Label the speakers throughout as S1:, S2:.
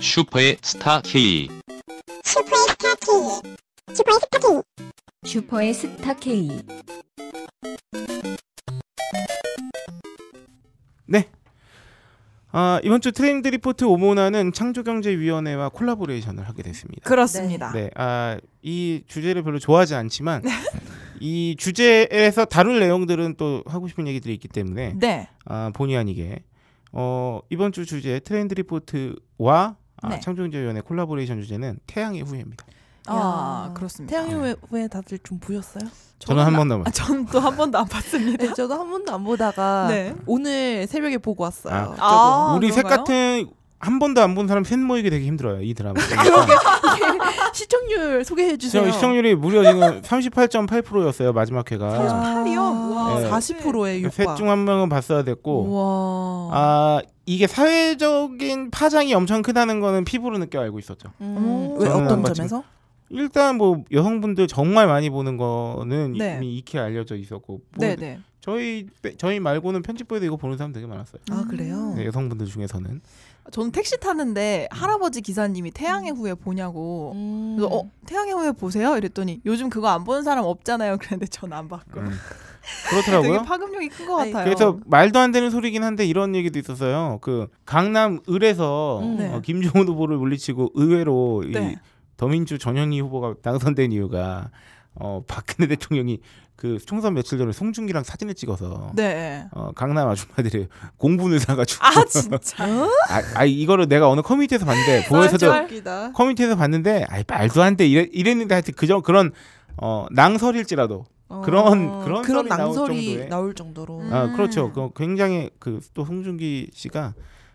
S1: 슈퍼의 스타 K.
S2: 슈퍼의 스타 K 슈퍼의 스타 K
S3: 슈퍼의 스타 K.
S4: 네. 아, 이번 주 트렌드 리포트 오모나는 창조경제위원회와 콜라보레이션을 하게 됐습니다.
S5: 그렇습니다.
S4: 네. 아, 이 주제를 별로 좋아하지 않지만 이 주제에서 다룰 내용들은 또 하고 싶은 얘기들이 있기 때문에
S5: 네.
S4: 아, 본의 아니게 어, 이번 주 주제 트렌드 리포트와 아,
S5: 네.
S4: 창조경제위원회 콜라보레이션 주제는 태양의 후예입니다.
S5: 아,
S6: 야.
S5: 그렇습니다.
S6: 태양의 후예- 후예 다들 좀 보셨어요?
S4: 저는 한 번
S5: 아,
S4: 넘었어요.
S5: 전 또 한 번도 안 봤습니다.
S6: 네, 저도 한 번도 안 보다가
S5: 네.
S6: 오늘 새벽에 보고 왔어요.
S4: 아.
S6: 저도.
S5: 아.
S4: 우리 셋
S5: 그런가요?
S4: 같은 한 번도 안 본 사람 셋 모이기 되게 힘들어요. 이 드라마.
S5: 아,
S6: 아, 시청률 소개해 주세요.
S4: 시청- 시청률이 무려 지금 38.8%였어요. 마지막
S6: 아.
S4: 회가.
S5: 우와.
S4: 네.
S6: 40%에
S4: 셋
S6: 육박.
S4: 중 한 명은 봤어야 됐고
S6: 우와.
S4: 아 이게 사회적인 파장이 엄청 크다는 거는 피부로 느껴 알고 있었죠.
S6: 음,
S5: 음.
S6: 왜
S4: 저는 안
S6: 어떤
S4: 봤지만.
S6: 점에서?
S4: 일단 뭐 여성분들 정말 많이 보는 거는
S5: 네.
S4: 이미 익히 알려져 있었고 뭐
S5: 네, 네.
S4: 저희 저희 말고는 편집부에도 이거 보는 사람 되게 많았어요.
S6: 아 그래요.
S5: 음.
S4: 네, 여성분들 중에서는
S5: 저는 택시 타는데 할아버지 기사님이 태양의 후예 보냐고
S6: 음.
S5: 그래서 어 태양의 후예 보세요 이랬더니 요즘 그거 안 보는 사람 없잖아요 그랬는데 전 안 봤고
S4: 음.
S5: 되게
S4: 그렇더라고요.
S5: 파급력이 큰 것
S6: 아니,
S5: 같아요
S4: 그래서 말도 안 되는 소리긴 한데 이런 얘기도 있었어요. 그 강남 을에서
S6: 음.
S5: 네.
S4: 어, 김종호 후보를 물리치고 의외로 이
S5: 네.
S4: 더민주 전현희 후보가 당선된 이유가 어, 박근혜 대통령이 그 총선 며칠 전에 송중기랑 사진을 찍어서
S5: 네.
S4: 어, 강남 아줌마들이 공분을 사가지고
S5: 아 진짜
S6: 어?
S4: 아, 아, 이거를 내가 어느 커뮤니티에서 봤는데 보에서도
S5: 아, 웃기다.
S4: 커뮤니티에서 봤는데 아이 말도 안 돼 이랬, 는데 하여튼 그저 그런 어, 낭설일지라도
S6: 어,
S4: 그런- 그런 썰이 나올
S6: 그런 낭설이
S4: 정도의-
S6: 나올 정도로.
S5: 음.
S4: 아, 그렇죠 그 굉장히 그 또 송중기 씨가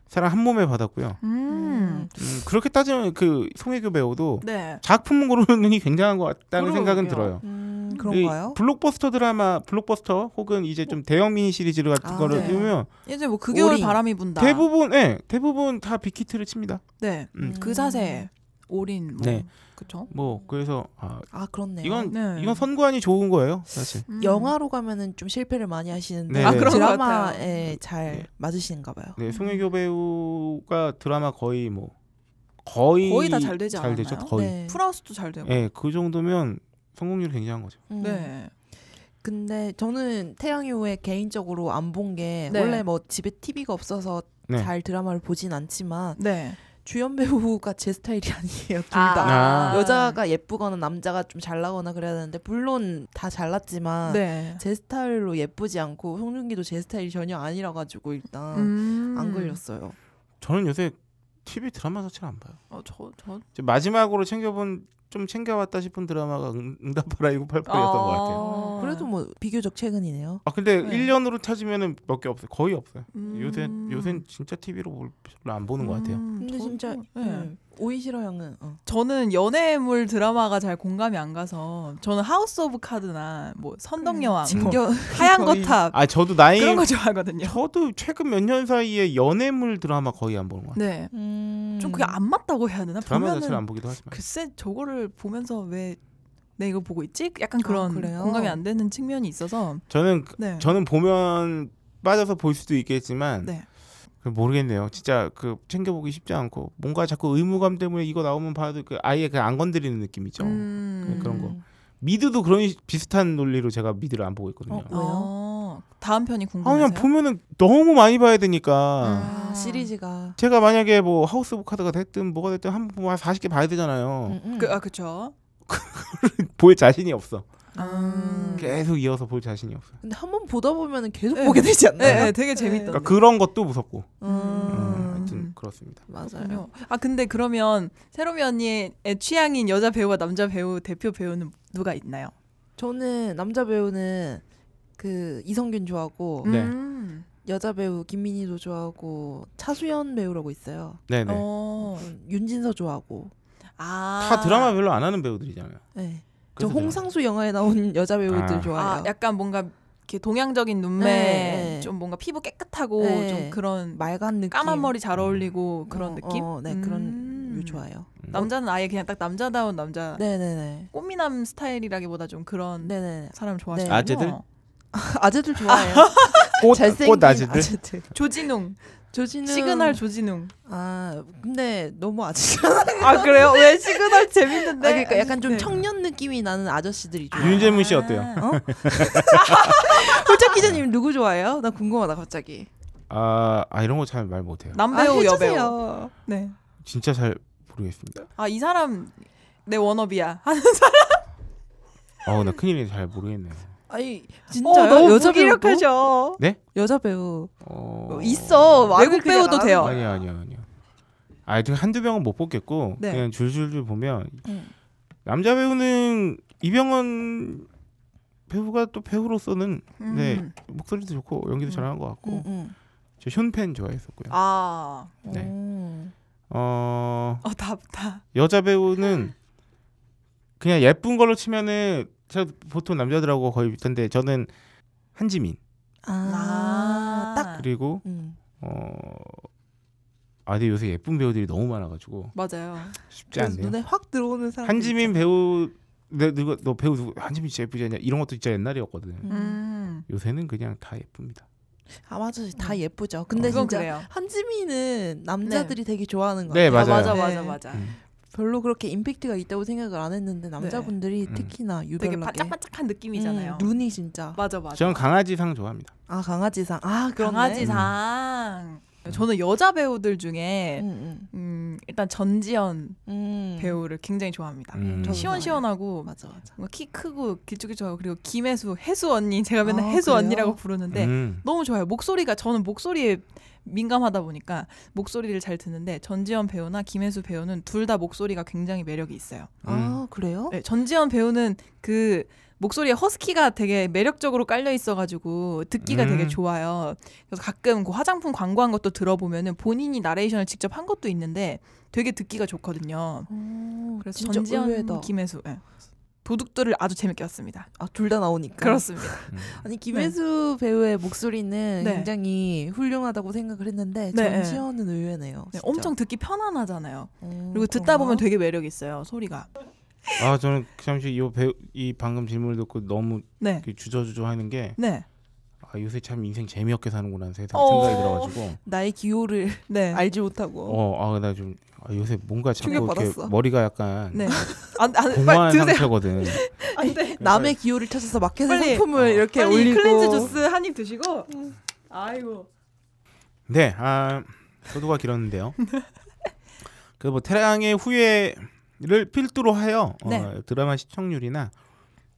S4: 사랑 한 몸에 받았고요
S5: 음.
S4: 음, 그렇게 따지면 그 송혜교 배우도
S5: 네.
S4: 작품 고르는 게 굉장한 것 같다는 생각은
S5: 그러게요.
S4: 들어요
S6: 음,
S4: 이
S6: 그런가요?
S4: 블록버스터 드라마, 블록버스터 혹은 이제 좀 대형 미니 시리즈 같은
S6: 아,
S4: 거를
S5: 뭐. 네.
S4: 띄우면
S5: 예전에 뭐 그 겨울
S6: 오리.
S5: 바람이 분다.
S4: 대부분, 예, 대부분 다 빅히트를 칩니다.
S5: 네.
S4: 음.
S5: 그 자세 올인 뭐.
S4: 네.
S5: 그쵸?
S4: 뭐 그래서 아,
S6: 아 그렇네요.
S4: 이건
S5: 네.
S4: 이건 선관이 좋은 거예요, 사실.
S5: 음.
S6: 영화로 가면은 좀 실패를 많이 하시는데
S4: 네. 아, 그런
S5: 것
S6: 드라마에 예, 잘
S4: 네.
S6: 맞으시는가 봐요.
S5: 음.
S4: 네, 송혜교 배우가 드라마 거의 뭐 거의
S5: 거의 다잘 되지 않았나요?
S4: 죠 거의.
S5: 음.
S6: 네.
S5: 프라우스도 잘 되고.
S4: 예, 그 정도면 성공률 굉장한 거죠.
S6: 음.
S5: 네.
S6: 근데 저는 태양의 후예 개인적으로 안 본 게
S5: 네.
S6: 원래 뭐 집에 TV가 없어서
S4: 네.
S6: 잘 드라마를 보진 않지만
S5: 네.
S6: 주연 배우가 제 스타일이 아니에요. 둘 다.
S4: 아.
S6: 여자가 예쁘거나 남자가 좀 잘나거나 그래야 되는데 물론 다 잘났지만
S5: 네.
S6: 제 스타일로 예쁘지 않고 송중기도 제 스타일이 전혀 아니라 가지고 일단
S5: 음.
S6: 안 걸렸어요.
S4: 저는 요새 TV 드라마 자체를 안 봐요.
S5: 어, 저, 저.
S4: 이제 마지막으로 챙겨본 좀 챙겨왔다 싶은 드라마가 응- 응답하라 1988이었던 것 같아요.
S5: 아.
S6: 그래도 뭐 비교적 최근이네요.
S4: 아 근데
S5: 네.
S4: 일 1년으로 찾으면은 몇 개 없어요. 거의 없어요.
S5: 음.
S4: 요새 요새 진짜 TV로 별로 안 보는 것 같아요.
S5: 음,
S6: 근데
S5: 저-
S6: 진짜
S5: 네.
S6: 음, 오이시러 형은 어.
S5: 저는 연애물 드라마가 잘 공감이 안 가서 저는 하우스 오브 카드나 뭐
S6: 아,
S5: 선덕여왕, 뭐
S6: 진격
S5: 하얀 거탑
S4: 아 저도 나이
S5: 그런 거 좋아하거든요.
S4: 저도 최근 몇 년 사이에 연애물 드라마 거의 안 보는 것 같아요.
S5: 네.
S6: 음...
S5: 좀 그게 안 맞다고 해야 되나?
S4: 드라마
S5: 보면은 그
S4: 자체를 안 보기도 하지만
S5: 글쎄 저거를 보면서 왜 내 이거 보고 있지? 약간 아, 그런
S6: 그래요?
S5: 공감이 안 되는 측면이 있어서
S4: 저는
S5: 네.
S4: 저는 보면 빠져서 볼 수도 있겠지만
S5: 네.
S4: 그 모르겠네요. 진짜 그 챙겨보기 쉽지 않고 뭔가 자꾸 의무감 때문에 이거 나오면 봐도 그 아예 그냥 안 건드리는 느낌이죠.
S5: 음.
S4: 뭐 그런 거. 미드도 그런 시- 비슷한 논리로 제가 미드를 안 보고 있거든요.
S6: 어,
S5: 왜요? 다음 편이
S4: 아
S5: 궁금해요.
S4: 그냥 보면은 너무 많이 봐야 되니까
S6: 아, 시리즈가
S4: 제가 만약에 뭐 하우스 오브 카드가 됐든 뭐가 됐든 한 번 보면 한 40개 봐야 어. 되잖아요.
S6: 음, 음.
S5: 그, 아 그쵸.
S4: 볼 자신이 없어.
S5: 음.
S4: 계속 이어서 볼 자신이 없어.
S6: 근데 한 번 보다 보면 계속
S5: 네.
S6: 보게 되지 않나요?
S5: 네, 네, 되게 재밌던데.
S4: 그러니까 그런 것도 무섭고. 음,
S5: 음.
S4: 하여튼 그렇습니다.
S6: 맞아요.
S5: 그렇군요. 아 근데 그러면 세로미 언니의 취향인 여자 배우와 남자 배우 대표 배우는 누가 있나요?
S6: 저는 남자 배우는 그 이성균 좋아하고
S4: 네.
S5: 음.
S6: 여자 배우 김민희도 좋아하고 차수연 배우라고 있어요.
S4: 네네.
S5: 어.
S6: 음, 윤진서 좋아하고.
S5: 아.
S4: 다 드라마 별로 안 하는 배우들이잖아요.
S6: 네. 저
S4: 그래서
S6: 홍상수 영화에 나온 여자 배우들
S4: 아.
S6: 좋아해요.
S5: 아, 약간 뭔가 이렇게 동양적인 눈매,
S6: 네, 네.
S5: 좀 뭔가 피부 깨끗하고
S6: 네.
S5: 좀 그런
S6: 말간 느낌.
S5: 까만 머리 잘 어울리고
S4: 음.
S5: 그런
S6: 어,
S5: 느낌?
S6: 어, 네,
S5: 음.
S6: 그런 류 좋아해요.
S5: 남자는 아예 그냥 딱 남자다운 남자.
S6: 네네네.
S5: 꽃미남 스타일이라기보다 좀 그런
S6: 네네.
S5: 사람 좋아하시는
S4: 아재들?
S6: 아재들 좋아해요.
S4: 꽃,
S6: 잘생긴
S4: 꽃 아재들.
S6: 아재들.
S5: 조진웅
S6: 조진웅
S5: 시그널 조진웅
S6: 아 근데 너무 아저씨잖아.
S5: 아 그래요? 왜 시그널 재밌는데?
S6: 아, 그러니까 약간 좀
S5: 네.
S6: 청년 느낌이 나는 아저씨들이 좋아.
S4: 윤재문 씨 어때요?
S6: 홀짝 기자님 누구 좋아해요? 나 궁금하다 갑자기.
S4: 아, 아 이런 거 잘 말 못해요.
S5: 남배우
S6: 아, 해주세요.
S5: 여배우 네.
S4: 진짜 잘 모르겠습니다.
S5: 아 이 사람 내 워너비야. 아,
S4: 어우 나 큰일이 잘 모르겠네.
S6: 아니
S5: 어,
S6: 진짜
S5: 너무
S6: 여자 배우도 뭐?
S5: 무기력하죠.
S6: 여자 배우
S4: 어...
S5: 있어.
S6: 외국
S5: 외국 배우도
S6: 그냥
S5: 돼요.
S4: 아니요 아니요 아니요. 아, 하여튼 한두 병은 못 뽑겠고
S5: 네.
S4: 그냥 줄줄줄 보면
S6: 음.
S4: 남자 배우는 이병헌 배우가 또 배우로서는
S5: 음.
S4: 네. 목소리도 좋고 연기도 잘하는 것 같고
S6: 응, 응.
S4: 저 현팬 좋아했었고요.
S5: 아,
S4: 네.
S6: 오.
S4: 어
S5: 어, 답다.
S4: 여자 배우는 그냥 예쁜 걸로 치면은 저 보통 남자들하고 거의 비슷한데 저는 한지민
S6: 아, 딱
S4: 그리고
S6: 음.
S4: 어 아, 근데 요새 예쁜 배우들이 너무 많아가지고
S5: 맞아요.
S4: 쉽지
S6: 그래서
S4: 않네요.
S6: 눈에 확 들어오는 사람
S4: 한지민 배우 내 누가 너 배우 누구 한지민 진짜 예쁘지 않냐 이런 것도 진짜 옛날이었거든.
S6: 음.
S5: 음.
S4: 요새는 그냥 다 예쁩니다.
S6: 아 맞아 다 예쁘죠. 근데
S5: 그건
S6: 진짜
S5: 그래요.
S6: 한지민은 남자들이 되게 좋아하는 거
S4: 네, 맞아요.
S6: 같아요.
S5: 맞아 맞아
S6: 네.
S5: 맞아.
S4: 음.
S6: 별로 그렇게 임팩트가 있다고 생각을 안 했는데 남자분들이
S4: 음.
S6: 특히나
S5: 네. 되게
S6: 유별나게
S5: 반짝반짝한 느낌이잖아요.
S6: 음, 눈이 진짜
S5: 맞아 맞아.
S4: 저는 강아지상 좋아합니다.
S6: 아 강아지상 아 그렇네.
S5: 강아지상. 저는 여자 배우들 중에
S6: 음, 음.
S5: 음, 일단 전지현
S6: 음.
S5: 배우를 굉장히 좋아합니다.
S4: 음.
S6: 저도
S5: 시원시원하고
S6: 어, 맞아 맞아.
S5: 뭔가 키 크고 길쭉길쭉하고 그리고 김혜수, 혜수 언니 제가 맨날
S6: 아,
S5: 혜수
S6: 그래요?
S5: 언니라고 부르는데
S4: 음.
S5: 너무 좋아요. 목소리가 저는 목소리에 민감하다 보니까 목소리를 잘 듣는데 전지현 배우나 김혜수 배우는 둘 다 목소리가 굉장히 매력이 있어요.
S4: 음.
S6: 아 그래요?
S5: 음. 네, 전지현 배우는 그 목소리에 허스키가 되게 매력적으로 깔려 있어가지고 듣기가
S4: 음.
S5: 되게 좋아요. 그래서 가끔 그 화장품 광고한 것도 들어보면은 본인이 나레이션을 직접 한 것도 있는데 되게 듣기가 좋거든요.
S6: 오,
S5: 그래서
S6: 어, 진짜
S5: 전지현
S6: 의외다.
S5: 김혜수 예. 도둑들을 아주 재밌게 봤습니다.
S6: 아둘 다 나오니까.
S5: 그렇습니다.
S4: 음.
S6: 아니 김혜수 배우의 목소리는
S5: 네.
S6: 굉장히 훌륭하다고 생각을 했는데
S5: 네,
S6: 전지현은 의외네요.
S5: 네,
S6: 진짜.
S5: 엄청 듣기 편안하잖아요.
S6: 음,
S5: 그리고 듣다 보면
S6: 그런가?
S5: 되게 매력 있어요 소리가.
S4: 아 저는 잠시 이 배우 이 방금 질문을 듣고 너무
S5: 네,
S4: 이렇게 주저주저하는 게
S5: 네,
S4: 아, 요새 참 인생 재미없게 사는구나 하는 세상
S5: 어.
S4: 생각이 들어가지고
S6: 나의 기호를
S5: 네.
S6: 알지 못하고
S4: 어아나좀 아, 요새 뭔가 자꾸 이렇게
S6: 충격받았어.
S4: 머리가 약간
S5: 네. 안, 안,
S4: 공허한
S5: 빨리 드세요.
S4: 상태거든.
S5: 안돼.
S6: 남의 기호를 찾아서 마켓에
S5: 빨리. 어,
S6: 상품을 이렇게
S5: 빨리
S6: 올리고
S5: 클렌즈 주스 한 입 드시고.
S6: 음.
S5: 아이고.
S4: 네, 아 소두가 길었는데요. 그 뭐 태양의 후예를 필두로 하여 어,
S5: 네.
S4: 드라마 시청률이나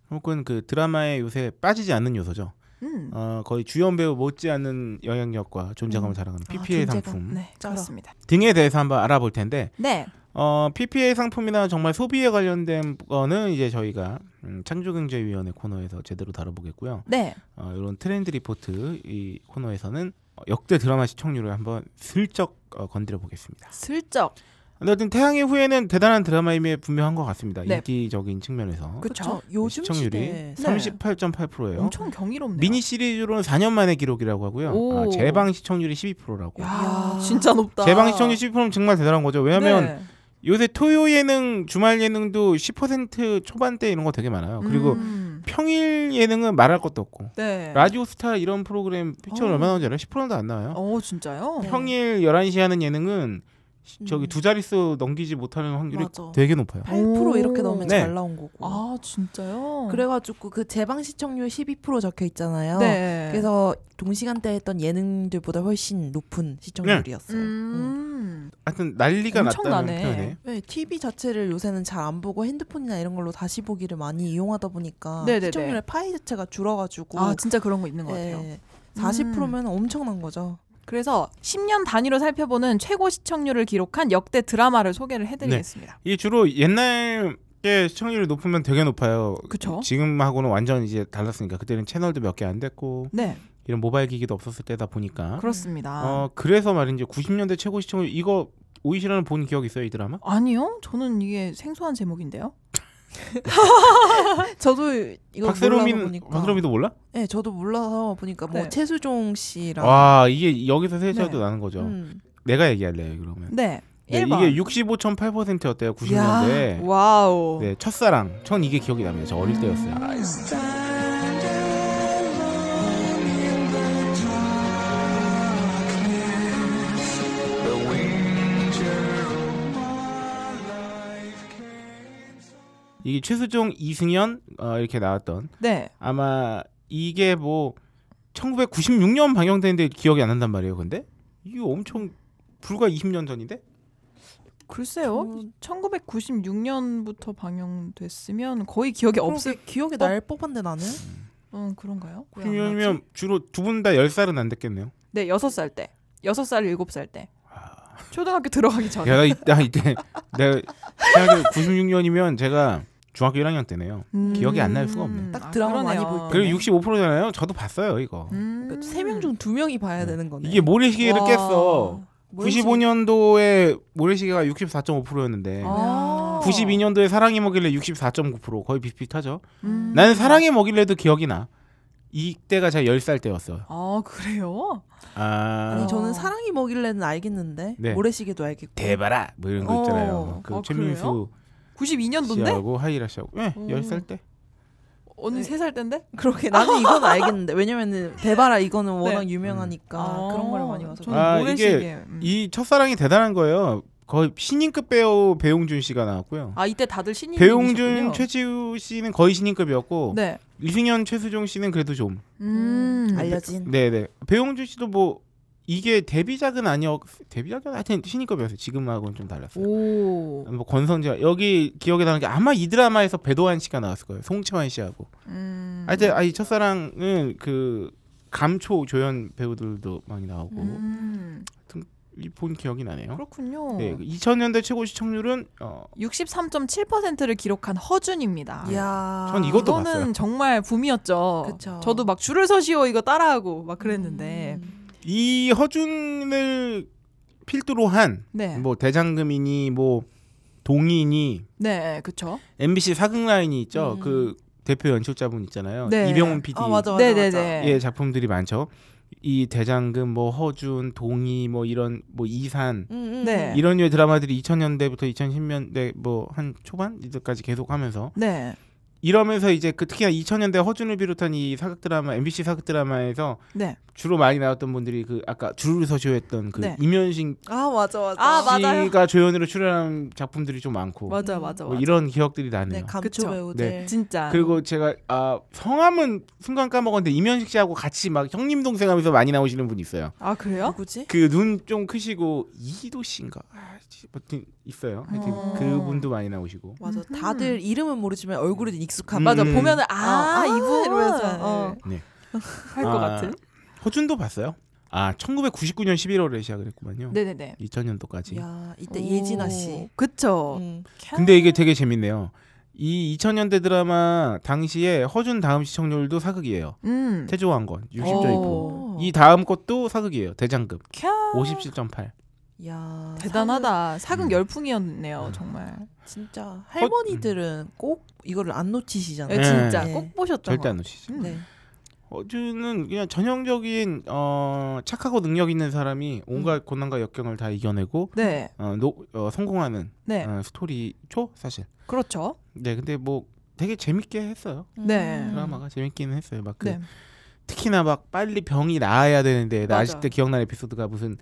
S4: 혹은 그 드라마에 요새 빠지지 않는 요소죠.
S5: 음.
S4: 어, 거의 주연 배우 못지않은 영향력과 존재감을
S6: 음.
S4: 자랑하는
S6: 아,
S4: PPA
S6: 존재감.
S4: 상품
S5: 네,
S6: 짜라.
S5: 그렇습니다.
S4: 등에 대해서 한번 알아볼 텐데
S5: 네.
S4: 어, PPA 상품이나 정말 소비에 관련된 거는 이제 저희가 음, 창조경제위원회 코너에서 제대로 다뤄보겠고요.
S5: 네.
S4: 어, 이런 트렌드 리포트 이 코너에서는 어, 역대 드라마 시청률을 한번 슬쩍 어, 건드려 보겠습니다.
S5: 슬쩍.
S4: 근데 어쨌든 태양의 후예는 대단한 드라마임이 분명한 것 같습니다.
S5: 네.
S4: 인기적인 측면에서 네,
S6: 그렇죠. 요즘
S4: 시청률이
S6: 시대
S4: 38.8%예요.
S5: 엄청 경이롭네요.
S4: 미니 시리즈로는 4년 만의 기록이라고 하고요. 아,
S5: 오.
S4: 재방 시청률이 12%라고.
S5: 야,
S6: 야.
S5: 진짜 높다.
S4: 재방 시청률 12%면 정말 대단한 거죠. 왜냐하면
S5: 네.
S4: 요새 토요 예능, 주말 예능도 10% 초반대 이런 거 되게 많아요. 어, 그리고
S5: 음.
S4: 평일 예능은 말할 것도 없고
S5: 네.
S4: 라디오 스타 이런 프로그램 피처
S5: 어.
S4: 얼마 나오지 않아요? 10%도 안 나와요.
S5: 어, 진짜요?
S6: 네.
S4: 평일 11시 하는 예능은 시- 저기
S6: 음.
S4: 두 자릿수 넘기지 못하는 확률이
S6: 맞아.
S4: 되게 높아요.
S6: 8% 이렇게
S5: 오.
S6: 나오면
S4: 네.
S6: 잘 나온 거고.
S5: 아, 진짜요?
S6: 그래가지고 그 재방 시청률 12% 적혀 있잖아요.
S5: 네.
S6: 그래서 동시간대 했던 예능들보다 훨씬 높은 시청률이었어요.
S5: 음.
S4: 하여튼 난리가 났다는
S5: 엄청나네.
S4: 표현에
S6: 네, TV 자체를 요새는 잘 안 보고 핸드폰이나 이런 걸로 다시 보기를 많이 이용하다 보니까
S5: 네네네.
S6: 시청률의 파이 자체가 줄어가지고 네.
S5: 아, 진짜 그런 거 있는 것 같아요.
S6: 40%면 엄청난 거죠.
S5: 그래서 10년 단위로 살펴보는 최고 시청률을 기록한 역대 드라마를 소개를 해드리겠습니다.
S6: 네.
S4: 이게 주로 옛날 게 시청률이 높으면 되게 높아요.
S5: 그쵸?
S4: 지금하고는 완전 이제 달랐으니까 그때는 채널도 몇 개 안 됐고
S5: 네,
S4: 이런 모바일 기기도 없었을 때다 보니까
S5: 그렇습니다.
S4: 어 그래서 말인지 90년대 최고 시청률 이거 오이시라는 본 기억 있어요 이 드라마?
S5: 아니요, 저는 이게 생소한 제목인데요.
S6: 저도 이거 몰라서
S4: 박세롬이는
S6: 보니까.
S4: 박세롬이도 몰라?
S6: 네, 저도 몰라서 보니까 뭐
S5: 네.
S6: 최수종 씨랑
S4: 와 이게 여기서 세차도 나는 거죠.
S6: 음.
S4: 내가 얘기할래요 그러면.
S5: 네,
S4: 네,
S5: 1번.
S4: 이게 65.8%였대요 90년대.
S5: 와우.
S4: 네 첫사랑 전 이게 기억이 납니다. 저 어릴 때였어요. 이게 최수종, 이승연 어, 이렇게 나왔던
S5: 네.
S4: 아마 이게 뭐 1996년 방영됐는데 기억이 안 난단 말이에요. 근데 이거 엄청 불과 20년 전인데
S5: 글쎄요. 1996년부터 방영됐으면 거의 기억이 없을
S6: 그러게 기억이 날 법한데 나는
S5: 음, 그런가요? 왜안 나지?
S4: 그러면 주로 두 분 다 10살은 안 됐겠네요.
S5: 네, 여섯 살 때. 여섯 살, 일곱 살 때.
S4: 아.
S5: 초등학교 들어가기 전에.
S4: 야, 나 이때 나 이때 내가 생각해 96년이면 제가 중학교 1학년 때네요.
S5: 음. 아,
S4: 기억이 안날 수가 없네.
S6: 딱 드라마 많이
S5: 그러네요.
S6: 볼 때.
S4: 그리고 65%잖아요. 저도 봤어요, 이거.
S5: 음.
S6: 그러니까
S5: 아,
S6: 세명 중 두 명이 봐야 되는 거네.
S4: 이게 모래시계를
S5: 와.
S4: 깼어. 95년도에 모래시계가 64.5%였는데
S5: 아.
S4: 92년도에 사랑이 먹일래 64.9% 거의 비슷비슷하죠.
S5: 음.
S4: 나는 사랑이 먹일래도 기억이 나. 이때가 제가 10살 때였어요.
S5: 아, 그래요?
S4: 아
S6: 아니 저는 사랑이 먹일래는 알겠는데
S4: 네.
S6: 모래시계도 알겠고.
S4: 대바라 뭐 이런 거 있잖아요.
S5: 어,
S4: 그
S5: 아,
S4: 최민수
S5: 92년도인데?
S4: 씨하고 하이라 씨하고 예,
S5: 음.
S4: 10살 때.
S5: 언니
S6: 네.
S5: 세 살 때인데?
S6: 그렇게 나는 이건 알겠는데 왜냐면은 대바라 이거는 워낙 유명하니까
S5: 네.
S4: 음.
S5: 아.
S6: 그런 걸 많이 봐서.
S5: 저는
S4: 아,
S5: 모래시계.
S4: 이게
S5: 음.
S4: 이 첫사랑이 대단한 거예요. 거의 신인급 배우 배용준 씨가 나왔고요.
S5: 아, 이때 다들 신인
S4: 배용준, 최지우 씨는 거의 신인급이었고
S5: 네.
S4: 이승현, 최수종 씨는 그래도 좀
S5: 음.
S6: 알려진.
S4: 네네. 배용준 씨도 뭐 이게 데뷔작은 아니었 데뷔작은 하여튼 신인급이었어요. 지금하고는 좀 달랐어요.
S5: 오.
S4: 뭐 권성재 여기 기억에 나는 게 아마 이 드라마에서 배도환 씨가 나왔을 거예요. 송채환 씨하고.
S5: 음.
S4: 하여튼 아이 첫사랑은 그 감초 조연 배우들도 많이 나오고
S5: 음.
S4: 이 본 기억이 나네요.
S5: 그렇군요.
S4: 네, 2000년대 최고 시청률은 어,
S5: 63.7%를 기록한 허준입니다.
S6: 이야.
S4: 전 아, 이것도
S5: 이거는
S4: 봤어요.
S5: 정말 붐이었죠.
S6: 그쵸.
S5: 저도 막 줄을 서시오 이거 따라하고 막 그랬는데.
S6: 음.
S4: 이 허준을 필두로 한 뭐
S5: 네.
S4: 대장금이니 뭐 동인이
S5: 네, 그쵸.
S4: MBC 사극 라인이 있죠.
S6: 음.
S4: 그 대표 연출자분 있잖아요.
S5: 네.
S4: 이병훈 PD
S6: 아 맞아 맞아. 맞아.
S5: 네네네.
S4: 의 작품들이 많죠. 이 대장금 뭐 허준, 동이 뭐 이런 뭐 이산
S6: 음, 음,
S5: 네.
S4: 이런 류의 드라마들이 2000년대부터 2010년대 뭐 한 초반 이때까지 계속 하면서
S5: 네.
S4: 이러면서 이제 그 특히나 2000년대 허준을 비롯한 이 사극 드라마 MBC 사극 드라마에서
S5: 네.
S4: 주로 많이 나왔던 분들이 그 아까 줄을 서시했던 그
S5: 네.
S4: 임현식
S6: 아 맞아 맞아.
S5: 아, 맞아요.
S4: 씨가 조연으로 출연한 작품들이 좀 많고
S5: 맞아,
S6: 음.
S5: 맞아,
S4: 뭐
S5: 맞아.
S4: 이런 기억들이
S6: 네
S4: 나네요.
S6: 감초
S5: 그쵸.
S6: 배우들.
S4: 네.
S5: 진짜.
S4: 그리고 제가 아 성함은 순간 까먹었는데 임현식 씨하고 같이 막 형님 동생 하면서 많이 나오시는 분 있어요.
S5: 아, 그래요?
S6: 누구지?
S4: 그 눈 좀 크시고 이도 씨인가? 아, 씨, 하여튼 있어요. 하여튼
S5: 어.
S4: 그분도 많이 나오시고.
S6: 맞아.
S5: 음흠.
S6: 다들 이름은 모르지만 얼굴은 익숙한.
S4: 음.
S5: 맞아. 보면은 아,
S6: 아,
S5: 이분
S6: 이러면서,
S5: 어.
S4: 네.
S5: 할 것
S4: 아.
S5: 같은.
S4: 허준도 봤어요? 아, 1999년 11월에 시작을 했구만요.
S5: 네, 네, 네.
S4: 2000년도까지.
S6: 야 이때 예진아 씨.
S5: 그쵸.
S6: 음.
S4: 근데 이게 되게 재밌네요. 이 2000년대 드라마 당시에 허준 다음 시청률도 사극이에요.
S5: 음.
S4: 태조왕건 60.2%.
S5: 오.
S4: 이 다음 것도 사극이에요. 대장금
S5: 캬.
S4: 57.8.
S6: 야
S5: 대단하다. 사극
S4: 음.
S5: 열풍이었네요, 정말.
S6: 사극 진짜 할머니들은 꼭 이거를 안 놓치시잖아요.
S5: 예,
S4: 네.
S5: 진짜
S6: 네.
S5: 꼭 보셨던
S4: 절대
S5: 거.
S4: 안 오시죠.
S5: 음.
S6: 네.
S4: 어준은 그냥 전형적인 어, 착하고 능력 있는 사람이
S5: 음.
S4: 온갖 고난과 역경을 다 이겨내고
S5: 네,
S4: 어, 노- 어, 성공하는
S5: 네,
S4: 어, 스토리죠 사실.
S5: 그렇죠.
S4: 네, 근데 뭐 되게 재밌게 했어요.
S5: 네. 음.
S4: 드라마가 재밌기는 했어요. 막 그
S5: 네,
S4: 특히나 막 빨리 병이 나아야 되는데 나
S5: 맞아.
S4: 아직도 기억나는 에피소드가 무슨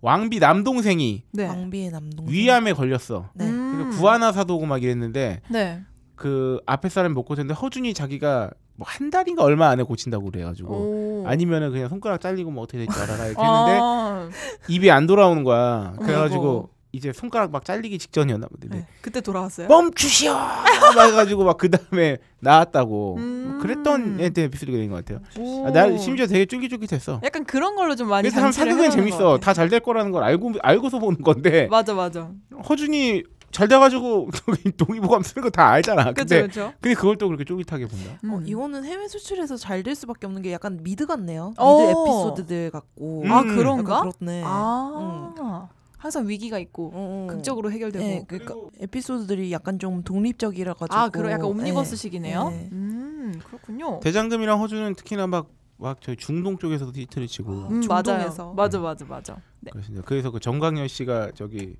S4: 왕비 남동생이
S5: 네.
S6: 광비의 남동.
S4: 위암에 걸렸어.
S6: 네.
S5: 음.
S4: 그래서 구하나 사도고 막 이랬는데
S5: 네.
S4: 그 앞에 사람 못 고쳤는데 허준이 자기가 뭐 한 달인가 얼마 안에 고친다고 그래가지고
S5: 오.
S4: 뭐 아니면은 그냥 손가락 잘리고 뭐 어떻게 될지 알아라 이렇게 했는데
S5: 아,
S4: 입이 안 돌아오는 거야. 그래가지고
S5: 아이고.
S4: 이제 손가락 막 잘리기 직전이었나 본데
S5: 네. 그때 돌아왔어요.
S4: 멈추시오! 막 해가지고 막 그 다음에 나왔다고 뭐
S5: 음.
S4: 그랬던 애때 에피소드가 된 것 같아요.
S5: 오.
S4: 아, 나 심지어 되게 쫄깃쫄깃했어.
S5: 약간 그런 걸로 좀 많이
S4: 그래서 참
S5: 장치를
S4: 사극은
S5: 해놓는
S4: 재밌어.
S5: 것 같아.
S4: 다 잘 될 거라는 걸 알고 알고서 보는 건데
S5: 맞아, 맞아.
S4: 허준이 잘 돼가지고 저기 동의보감 쓰는 거 다 알잖아.
S5: 그쵸 음.
S4: 근데
S5: 그쵸
S4: 근데 그걸 또 그렇게 쫄깃하게 본다.
S6: 어, 이거는 해외 수출해서 잘 될 수밖에 없는 게 약간 미드 같네요.
S5: 어.
S6: 미드 에피소드들 같고.
S4: 음.
S5: 아
S4: 약간
S5: 그런가?
S6: 약간 그렇네.
S5: 아 항상 위기가 있고
S6: 어, 어.
S5: 극적으로 해결되고.
S6: 네, 그러니까 에피소드들이 약간 좀 독립적이라 가지고.
S5: 아, 그런 약간 옴니버스식이네요.
S6: 네.
S5: 음, 그렇군요.
S4: 대장금이랑 허준은 특히나 막 막 저희 중동 쪽에서도 히트를 치고
S5: 음, 맞아요.
S6: 중동에서. 음.
S5: 맞아, 맞아, 맞아. 네.
S4: 그렇습니다. 그래서 그 정광열 씨가 저기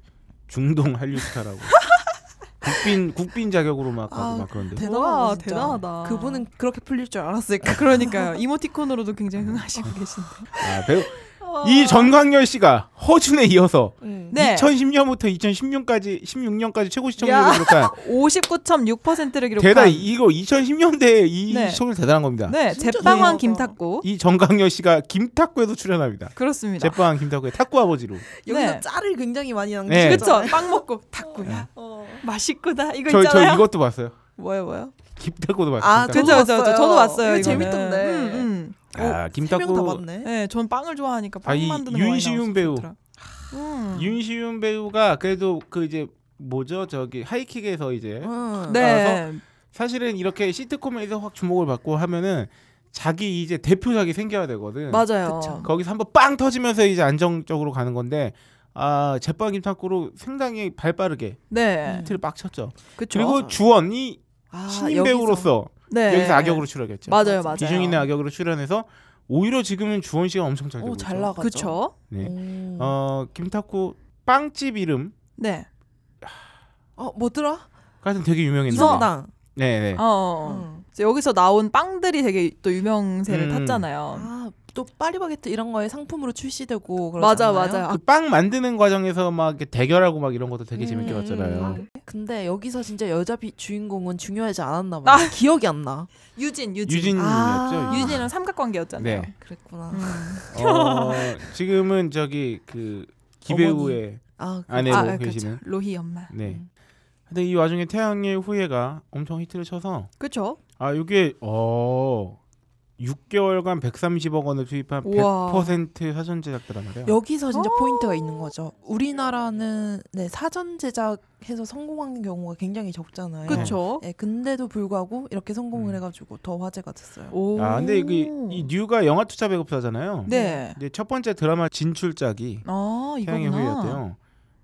S4: 중동 한류 스타라고 국빈 국빈 자격으로 막 가고
S6: 아,
S4: 막 그런데
S6: 대-
S5: 와,
S6: 대단하다, 진짜.
S5: 대단하다.
S6: 그분은 그렇게 풀릴 줄 알았을까? 음.
S5: 그러니까요. 이모티콘으로도 굉장히 흥하시고 계신데.
S4: 아, 배우 이 정광열 씨가 허준에 이어서
S6: 음.
S5: 어. 네.
S4: 2010년부터 2016년까지 16년까지 최고
S5: 야.
S4: 시청률을 기록한
S5: 59.6%를 기록한
S4: 대단 이거 2010년대 이
S5: 네.
S4: 시청률 대단한 겁니다.
S5: 네,
S6: 진짜
S5: 제빵왕
S6: 대단하다.
S5: 김탁구.
S4: 이 정강열 씨가 김탁구에도 출연합니다.
S5: 그렇습니다.
S4: 제빵 김탁구의 탁구 아버지로.
S6: 여기서
S5: 네.
S6: 짤을 굉장히 많이 남기죠.
S4: 네.
S5: 그쵸? 빵 먹고 탁구야.
S6: 어.
S5: 맛있구나. 이거
S4: 저,
S5: 있잖아요.
S4: 저 이것도 봤어요.
S5: 뭐예요, 뭐예요?
S4: 김탁구도 봤습니다.
S6: 아,
S5: 그죠,
S6: 저도
S5: 그죠, 저-
S6: 봤어요.
S5: 저도 봤어요.
S6: 이거 재밌던데.
S5: 음, 음.
S4: 아,
S6: 세명다
S4: 김탁구
S6: 봤네.
S5: 네, 전 빵을 좋아하니까 빵
S4: 아, 이
S5: 만드는 거 많이
S4: 윤시윤
S5: 나와서
S4: 배우.
S5: 좋더라. 음.
S4: 윤시윤 배우가 그래도 그 이제 뭐죠 저기 하이킥에서 이제
S6: 음.
S5: 네.
S4: 사실은 이렇게 시트콤에서 확 주목을 받고 하면은 자기 이제 대표작이 생겨야 되거든.
S5: 맞아요.
S6: 그쵸.
S4: 거기서 한번 빵 터지면서 이제 안정적으로 가는 건데 아 제빵 김탁구로 상당히 발빠르게
S5: 네.
S4: 틀을 빡 쳤죠.
S5: 그쵸.
S6: 네.
S4: 그리고 주원이
S6: 아,
S4: 신인
S6: 여기서.
S4: 배우로서
S5: 네.
S4: 여기서 악역으로 출연했죠.
S5: 맞아요, 맞아요.
S4: 기중인의 악역으로 출연해서 오히려 지금은 주원 씨가 엄청 잘 되고
S6: 오, 잘
S4: 있죠.
S6: 나가죠.
S5: 그쵸.
S4: 네.
S6: 음. 어.
S4: 어 김탁구 빵집 이름
S5: 네.
S6: 어, 뭐더라?
S4: 같은 되게 유명했는데.
S6: 이성당.
S4: 네네.
S5: 어, 어. 어.
S6: 음.
S5: 그래서 여기서 나온 빵들이 되게 또 유명세를
S4: 음.
S5: 탔잖아요.
S6: 아, 또 파리바게뜨 이런 거에 상품으로 출시되고 그러지
S5: 맞아,
S6: 않나요?
S5: 맞아요. 아,
S4: 그 빵 만드는 과정에서 막 이렇게 대결하고 막 이런 것도 되게 재밌게
S5: 음,
S4: 봤잖아요.
S5: 음.
S6: 근데 여기서 진짜 여자 비, 주인공은 중요하지 않았나 봐.
S5: 아.
S6: 기억이 안 나.
S5: 유진, 유진.
S4: 유진이었죠.
S6: 아,
S4: 유진.
S5: 유진은 삼각관계였잖아요.
S4: 네.
S6: 그랬구나.
S5: 음.
S4: 어, 지금은 저기 그 기배우의
S6: 아, 그-
S4: 아내로
S5: 아, 그렇죠.
S4: 계시는.
S5: 로희 엄마.
S4: 네.
S6: 음.
S4: 근데 이 와중에 태양의 후예가 엄청 히트를 쳐서
S5: 그쵸?
S4: 아 이게 어 6개월간 130억 원을 투입한
S5: 우와.
S4: 100% 사전 제작 드라마래요.
S6: 여기서 진짜
S5: 어.
S6: 포인트가 있는 거죠. 우리나라는 네, 사전 제작해서 성공한 경우가 굉장히 적잖아요.
S5: 그쵸?
S6: 네, 근데도 불구하고 이렇게 성공을
S4: 음.
S6: 해가지고 더 화제가 됐어요.
S5: 오.
S4: 아 근데 이게 이 뉴가 영화 투자 배급사잖아요.
S5: 네.
S4: 근데 첫 번째 드라마 진출작이
S5: 아,
S4: 태양의
S5: 이거구나.
S4: 후예였대요.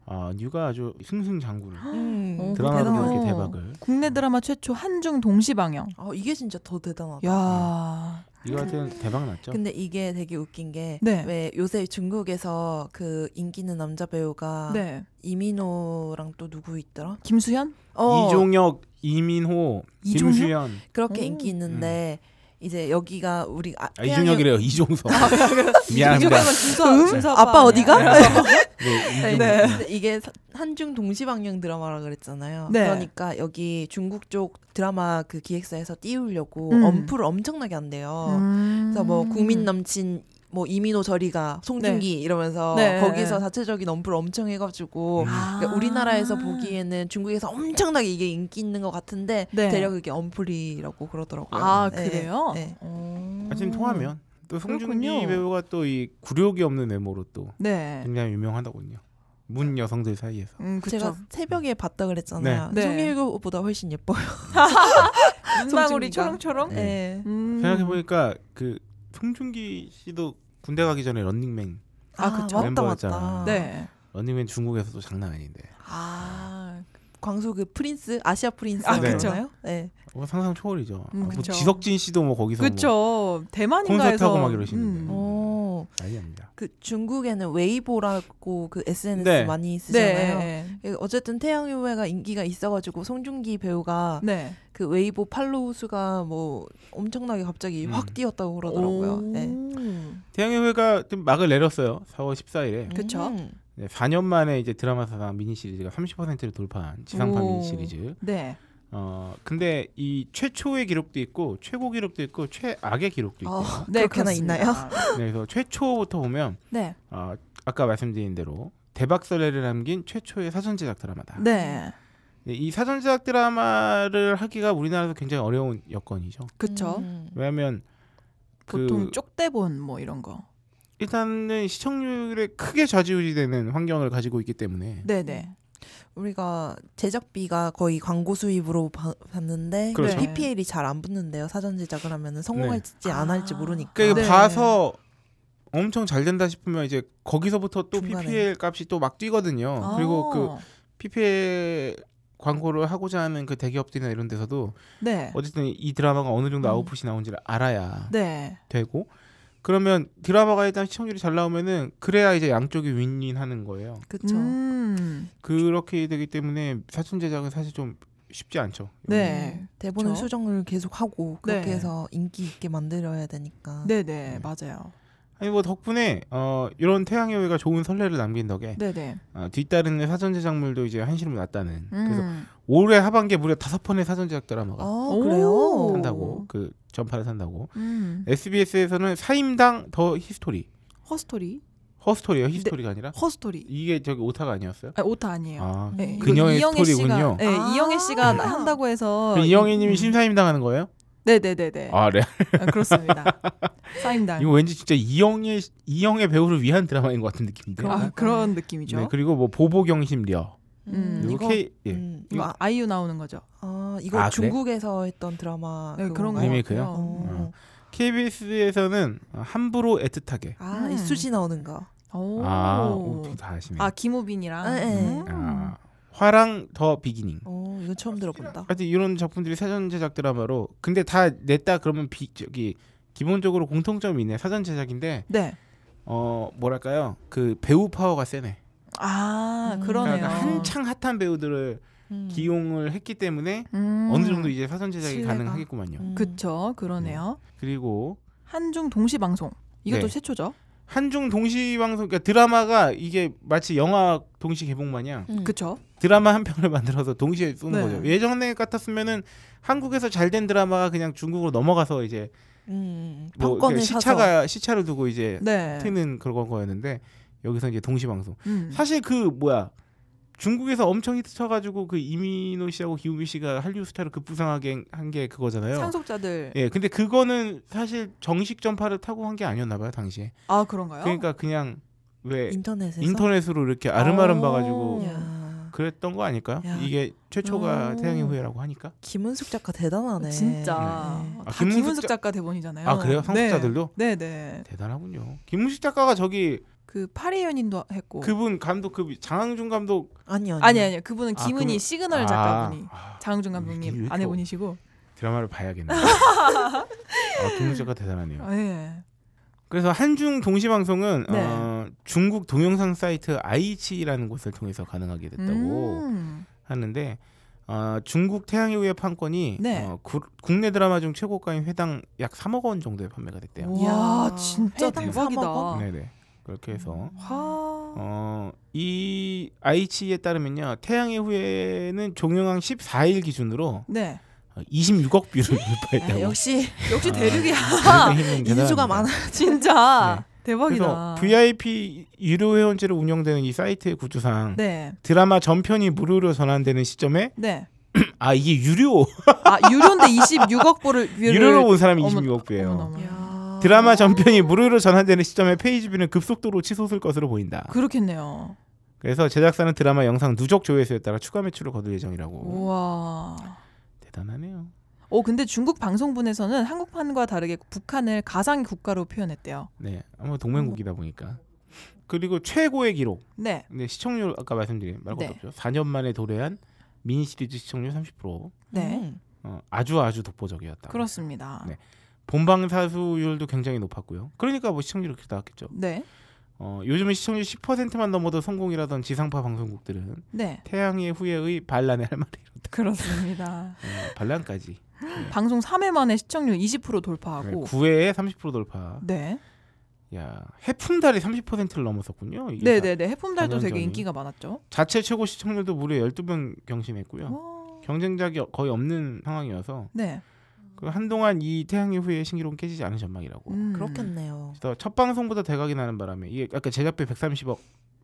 S4: 아 뉴가 아주 승승장구를
S6: 음.
S5: 어,
S4: 드라마로
S5: 대단하다.
S4: 이렇게 대박을.
S5: 국내 드라마 최초 한중 동시 방영.
S6: 아, 이게 진짜 더 대단하다.
S5: 야.
S4: 이거 하여튼 대박 났죠.
S6: 근데 이게 되게 웃긴 게 왜
S5: 네.
S6: 요새 중국에서 그 인기 있는 남자 배우가
S5: 네.
S6: 이민호랑 또 누구 있더라?
S5: 김수현?
S6: 어,
S4: 이종혁, 이민호,
S5: 이종혁?
S4: 김수현. 아,
S6: 그렇게
S5: 오.
S6: 인기 있는데 이제 여기가 우리 아,
S4: 음. 아,
S6: 태양의-
S4: 이종혁이래요. 이종석.
S5: 아,
S4: 미안합니다.
S5: 김수현. 김수현
S6: 아빠 어디가?
S4: 네, 이종-
S6: 네. 근데 이게 사- 한중 동시방영 드라마라 그랬잖아요.
S5: 네.
S6: 그러니까 여기 중국 쪽 드라마 그 기획사에서 띄우려고
S5: 음.
S6: 엄프를 엄청나게 한대요. 그래서 뭐 국민 넘친 뭐 이민호 저리가 송중기 이러면서
S5: 네.
S6: 거기서 자체적인 엄프를 엄청 해가지고
S4: 음.
S5: 아.
S6: 그러니까 우리나라에서 보기에는 중국에서 엄청나게 이게 인기 있는 것 같은데
S5: 네.
S6: 대략 이게 엄프리라고 그러더라고요.
S5: 아
S6: 네.
S5: 그래요?
S6: 네.
S5: 어.
S4: 하여튼 아, 통하면 또 송중기
S5: 그렇군요.
S4: 배우가 또 이 굴욕이 없는 외모로 또
S5: 네.
S4: 굉장히 유명하다군요. 문 여성들 사이에서.
S5: 음 그쵸.
S6: 제가 새벽에 봤다 그랬잖아요.
S5: 네. 네.
S6: 송혜교보다 훨씬 예뻐요.
S5: 눈망울이
S6: 송중기가.
S5: 초롱초롱.
S4: 네.
S6: 네.
S5: 음.
S4: 생각해 보니까 그 송중기 씨도 군대 가기 전에 런닝맨,
S5: 아, 그쵸.
S6: 맞다
S4: 멤버였잖아.
S6: 맞다.
S5: 네.
S4: 런닝맨 중국에서도 장난 아닌데.
S5: 아
S6: 광수 그 프린스 아시아 프린스
S5: 아,
S4: 네.
S6: 그렇잖아요. 네.
S4: 어, 상상 초월이죠.
S5: 음,
S4: 아, 뭐
S5: 그쵸.
S4: 지석진 씨도 뭐 거기서 뭐
S5: 그쵸. 대만인가에서
S4: 콘서트하고 막 이러시는데. 어,
S5: 음.
S6: 오.
S4: 난리 납니다.
S6: 그 중국에는 웨이보라고 그 SNS
S4: 네.
S6: 많이 쓰잖아요.
S5: 네.
S6: 예, 어쨌든 태양의 후예가 인기가 있어가지고 송중기 배우가
S5: 네.
S6: 그 웨이보 팔로우 수가 뭐 엄청나게 갑자기
S4: 음.
S6: 확 뛰었다고 그러더라고요. 네.
S4: 태양의 회가 좀 막을 내렸어요. 4월 14일에.
S5: 그쵸?
S6: 음.
S4: 네, 4년 만에 이제 드라마 사상 미니 시리즈가 30%를 돌파한 지상파
S5: 오.
S4: 미니 시리즈.
S5: 네.
S4: 어 근데 이 최초의 기록도 있고 최고 기록도 있고 최악의 기록도 있고.
S6: 어,
S5: 네,
S6: 그렇게나
S5: 그렇습니다.
S6: 있나요?
S4: 네, 그래서 최초부터 보면
S5: 네.
S4: 어, 아까 말씀드린 대로 대박 설레를 남긴 최초의 사전 제작 드라마다.
S5: 네.
S4: 네, 이 사전 제작 드라마를 하기가 우리나라에서 굉장히 어려운 여건이죠.
S5: 그쵸.
S6: 음.
S4: 왜냐하면 그-
S5: 보통 쪽대본 뭐 이런 거.
S4: 일단은 시청률에 크게 좌지우지되는 환경을 가지고 있기 때문에
S5: 네네.
S6: 우리가 제작비가 거의 광고 수입으로 바- 받는데 그
S4: 그렇죠. 네.
S6: PPL이 잘 안 붙는데요. 사전 제작을 하면 성공할지 안
S5: 아.
S6: 할지 모르니까.
S4: 그러니까
S5: 네.
S4: 봐서 엄청 잘 된다 싶으면 이제 거기서부터 또
S6: 중간에.
S4: PPL 값이 또 막 뛰거든요. 그리고 그
S5: 아,
S4: PPL 광고를 하고자 하는 그 대기업들이나 이런 데서도
S5: 네.
S4: 어쨌든 이 드라마가 어느 정도
S6: 음.
S4: 아웃풋이 나온지를 알아야
S5: 네.
S4: 되고 그러면 드라마가 일단 시청률이 잘 나오면은 그래야 이제 양쪽이 윈윈하는 거예요.
S6: 그쵸.
S5: 음.
S4: 그렇게 되기 때문에 사전 제작은 사실 좀 쉽지 않죠. 음.
S5: 네.
S6: 대본을
S5: 그쵸?
S6: 수정을 계속 하고 그렇게
S5: 네.
S6: 해서 인기 있게 만들어야 되니까.
S4: 음.
S5: 네네. 네, 맞아요.
S4: 아니 뭐 덕분에 어, 이런 태양여우가 좋은 선례를 남긴 덕에
S5: 네네.
S4: 어, 뒤따르는 사전 제작물도 이제 한시름 났다는. 그래서
S5: 음.
S4: 올해 하반기에 무려 다섯 편의 사전 제작 드라마가
S6: 어
S5: 오.
S6: 그래요.
S4: 산다고 그 전파를 산다고.
S5: 음.
S4: SBS에서는 사임당 더 히스토리
S5: 허스토리. 네.
S4: 허스토리예요 히스토리가 아니라
S5: 허스토리.
S4: 이게 저기 오타가 아니었어요?
S5: 아, 오타 아니에요.
S4: 아
S5: 네, 이거
S4: 그녀의
S5: 이영애
S4: 스토리군요.
S5: 씨가, 네,
S6: 아.
S5: 이영애 씨가 한다고 해서
S4: 그럼 이영애님이
S5: 음.
S4: 심사임당하는 거예요?
S5: 네네네네.
S4: 아 네.
S5: 아, 그렇습니다. 사임당.
S4: 이거 왠지 진짜 이영애 이영애 배우를 위한 드라마인 것 같은 느낌인데.
S5: 아, 그런 느낌이죠.
S4: 네 그리고 뭐 보보경심려
S5: 음,
S4: 그리고
S6: 이거
S4: K 예.
S6: 음,
S5: 이거 아- 아이유 나오는 거죠.
S6: 아 이거
S4: 아, 그래?
S6: 중국에서 했던 드라마
S5: 네, 그런 거
S6: 그건가요?
S4: 리메이크. 리메이크요?
S5: 같아요.
S4: 음.
S6: 어.
S4: KBS에서는 함부로 애틋하게.
S6: 아,
S5: 음.
S6: 이 수지 나오는 거.
S5: 오.
S4: 아, 오, 두다 아시네.
S5: 아 김우빈이랑.
S6: 네, 네.
S5: 음.
S4: 아, 화랑 더 비기닝.
S6: 어, 이건 처음 들어본다.
S4: 하여튼 이런 작품들이 사전 제작 드라마로 근데 다 냈다 그러면 비, 저기 기본적으로 공통점이 있네. 사전 제작인데
S5: 네.
S4: 어 뭐랄까요 그 배우 파워가 세네.
S5: 아
S6: 음.
S5: 그러네요.
S4: 그러니까 한창 핫한 배우들을
S6: 음.
S4: 기용을 했기 때문에
S5: 음.
S4: 어느 정도 이제 사전 제작이
S6: 신뢰가.
S4: 가능하겠구만요.
S6: 음.
S5: 그쵸 그러네요.
S4: 그리고
S5: 한중 동시 방송. 이것도
S4: 네.
S5: 최초죠.
S4: 한중 동시 방송 그러니까 드라마가 이게 마치 영화 동시 개봉 마냥
S6: 음.
S5: 그쵸.
S4: 드라마 한 편을 만들어서 동시에 쏘는
S5: 네.
S4: 거죠. 예전에 같았으면은 한국에서 잘 된 드라마가 그냥 중국으로 넘어가서 이제
S6: 음.
S4: 뭐
S6: 판권을
S4: 그 시차가 시차를 두고 이제
S5: 네.
S4: 트는 그런 거였는데 여기서 이제 동시 방송.
S5: 음.
S4: 사실 그 뭐야 중국에서 엄청 히트 쳐가지고 그 이민호 씨하고 기우미 씨가 한류 스타를 급부상하게 한 게 그거잖아요.
S5: 상속자들.
S4: 예, 근데 그거는 사실 정식 전파를 타고 한 게 아니었나 봐요 당시에.
S5: 아 그런가요?
S4: 그러니까 그냥 왜
S6: 사서 인터넷에서
S4: 인터넷으로 이렇게 아름아름
S5: 오.
S4: 봐가지고
S6: 야.
S4: 그랬던 거 아닐까요?
S6: 야.
S4: 이게 최초가
S5: 아.
S6: 오.
S4: 태양의 후예라고 하니까.
S6: 김은숙 작가 대단하네.
S5: 진짜
S6: 네.
S5: 다
S4: 아, 김문숙
S5: 김문숙,
S4: 작-
S5: 작가 대본이잖아요.
S4: 아 그래요? 상속자들도
S5: 네. 네네.
S4: 대단하군요. 김문식 작가가 저기
S5: 그 파리 연인도 했고.
S4: 그분 감독 그 장항준 감독
S6: 아니 아니.
S5: 아니 아니 그분은
S4: 아,
S5: 김은희
S4: 그분-
S5: 시그널
S4: 아,
S5: 작가분이
S4: 아,
S5: 장항준
S4: 이게 왜
S5: 감독님
S4: 이렇게
S5: 아내분이시고.
S4: 드라마를 봐야겠네. 아, 김문식 작가 대단하네요.
S5: 아, 예.
S4: 그래서 한중 동시 방송은
S5: 네.
S4: 어, 중국 동영상 사이트 아이치라는 곳을 통해서 가능하게 됐다고
S5: 음.
S4: 하는데 어, 중국 태양의 후예 판권이
S5: 네.
S4: 어, 구- 국내 드라마 중 최고가인 회당 약 3억 원 정도에 판매가 됐대요.
S5: 이야 진짜
S6: 회당
S5: 대박이다.
S6: 3억
S4: 네. 네네 그렇게 해서
S5: 와.
S4: 어, 이 아이치에 따르면요 태양의 후예는 종영한 14일 기준으로
S5: 네.
S4: 26억 뷰를
S6: 야,
S4: 돌파했다고.
S6: 아, 역시
S5: 아,
S4: 아,
S5: 역시 대륙이야.
S4: 그분의 힘은
S6: 인수가
S4: 대단합니다.
S6: 많아.
S5: 진짜
S4: 네. 그래서
S5: 대박이다.
S4: VIP 유료 회원제로 운영되는 이 사이트의 구조상
S5: 네.
S4: 드라마 전편이 무료로 전환되는 시점에
S5: 네.
S4: 아 이게 유료
S5: 아 유료인데 26억 불을
S4: 유료로 본 사람이
S5: 어머,
S4: 26억이에요.
S5: 어머나.
S6: 야.
S4: 드라마 전편이 무료로 전환되는 시점에 페이지뷰는 급속도로 치솟을 것으로 보인다.
S5: 그렇겠네요.
S4: 그래서 제작사는 드라마 영상 누적 조회수에 따라 추가 매출을 거둘 예정이라고.
S5: 우와.
S4: 대단하네요.
S5: 어 근데 중국 방송분에서는 한국판과 다르게 북한을 가상 국가로 표현했대요.
S4: 네, 아마 동맹국이다 보니까. 그리고 최고의 기록.
S5: 네.
S4: 네, 시청률 아까 말씀드린 말 것도
S5: 네.
S4: 없죠. 4년 만에 도래한 미니 시리즈 시청률 30%.
S5: 네.
S6: 음.
S4: 어, 아주 아주 독보적이었다.
S5: 그렇습니다.
S4: 네. 본방 사수율도 굉장히 높았고요. 그러니까 뭐 시청률이 그렇게 나왔겠죠.
S5: 네.
S4: 어, 요즘은 시청률 10%만 넘어도 성공이라던 지상파 방송국들은
S5: 네.
S4: 태양의 후예의 반란에 할 말이
S5: 그렇습니다.
S4: 어, 반란까지
S5: 방송 3회 만에 시청률 20%
S4: 네,
S5: 돌파하고
S4: 9회에 30% 돌파.
S5: 네.
S4: 야 해품달이 30%를 넘었었군요. 이게
S5: 네,
S4: 자-
S5: 네, 네. 해품달도
S4: 사년
S5: 되게
S4: 전이.
S5: 인기가 많았죠.
S4: 자체 최고 시청률도 무려 12번 경신했고요.
S5: 와.
S4: 경쟁작이 거의 없는 상황이어서
S5: 네.
S4: 그 한동안 이 태양의 후예 신기록은 깨지지 않은 전망이라고.
S5: 음.
S6: 그렇겠네요.
S4: 그래서 첫 방송보다 대각이 나는 바람에 이게 아까 제작비 130억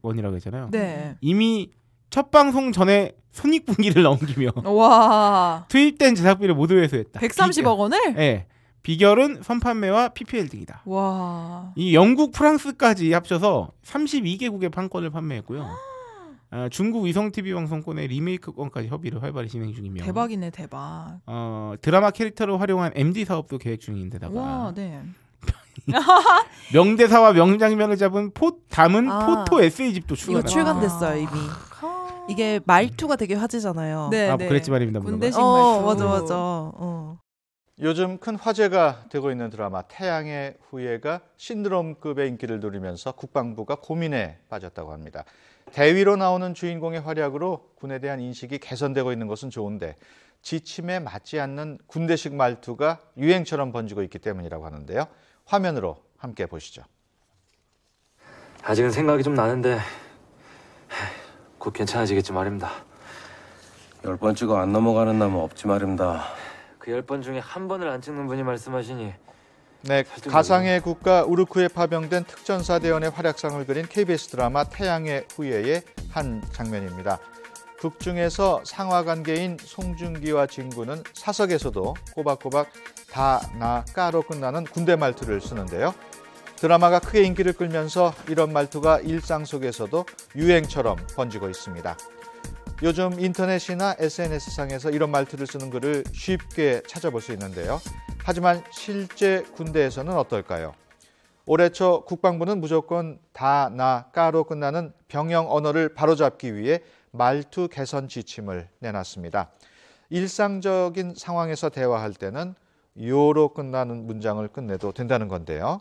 S4: 원이라고 했잖아요.
S5: 네.
S4: 이미 첫 방송 전에 손익분기를 넘기며
S5: 와.
S4: 투입된 제작비를 모두 회수했다.
S5: 130억 원을?
S4: 예. 비결은 선판매와 PPL 등이다.
S5: 와.
S4: 이 영국, 프랑스까지 합쳐서 32개국의 판권을 판매했고요. 아, 중국 위성 TV 방송권의 리메이크권까지 협의를 활발히 진행 중이며
S5: 대박이네, 대박.
S4: 어, 드라마 캐릭터를 활용한 MD 사업도 계획 중인데다가
S5: 와, 네.
S4: 명대사와 명장면을 잡은 포 담은
S6: 아.
S4: 포토 에세이 집도
S6: 이거
S4: 출간.
S6: 출간됐어요 이미.
S5: 아.
S6: 이게 말투가 되게 화제잖아요.
S5: 네,
S4: 아,
S5: 네.
S4: 뭐 그랬지만입니다. 물론.
S5: 군대 시-
S6: 어
S5: 말투.
S6: 맞아 맞아. 어.
S1: 요즘 큰 화제가 되고 있는 드라마 태양의 후예가 신드롬급의 인기를 누리면서 국방부가 고민에 빠졌다고 합니다. 대위로 나오는 주인공의 활약으로 군에 대한 인식이 개선되고 있는 것은 좋은데 지침에 맞지 않는 군대식 말투가 유행처럼 번지고 있기 때문이라고 하는데요. 화면으로 함께 보시죠.
S7: 아직은 생각이 좀 나는데 곧 괜찮아지겠지 말입니다.
S8: 열 번 찍어 안 넘어가는 남은 없지 말입니다.
S7: 그 열 번 중에 한 번을 안 찍는 분이 말씀하시니
S1: 네, 가상의 국가 우루크에 파병된 특전사대원의 활약상을 그린 KBS 드라마 태양의 후예의 한 장면입니다. 극 중에서 상하 관계인 송중기와 진구는 사석에서도 꼬박꼬박 다 나 까로 끝나는 군대 말투를 쓰는데요. 드라마가 크게 인기를 끌면서 이런 말투가 일상 속에서도 유행처럼 번지고 있습니다. 요즘 인터넷이나 SNS상에서 이런 말투를 쓰는 글을 쉽게 찾아볼 수 있는데요. 하지만 실제 군대에서는 어떨까요? 올해 초 국방부는 무조건 다, 나, 까로 끝나는 병영 언어를 바로잡기 위해 말투 개선 지침을 내놨습니다. 일상적인 상황에서 대화할 때는 요로 끝나는 문장을 끝내도 된다는 건데요.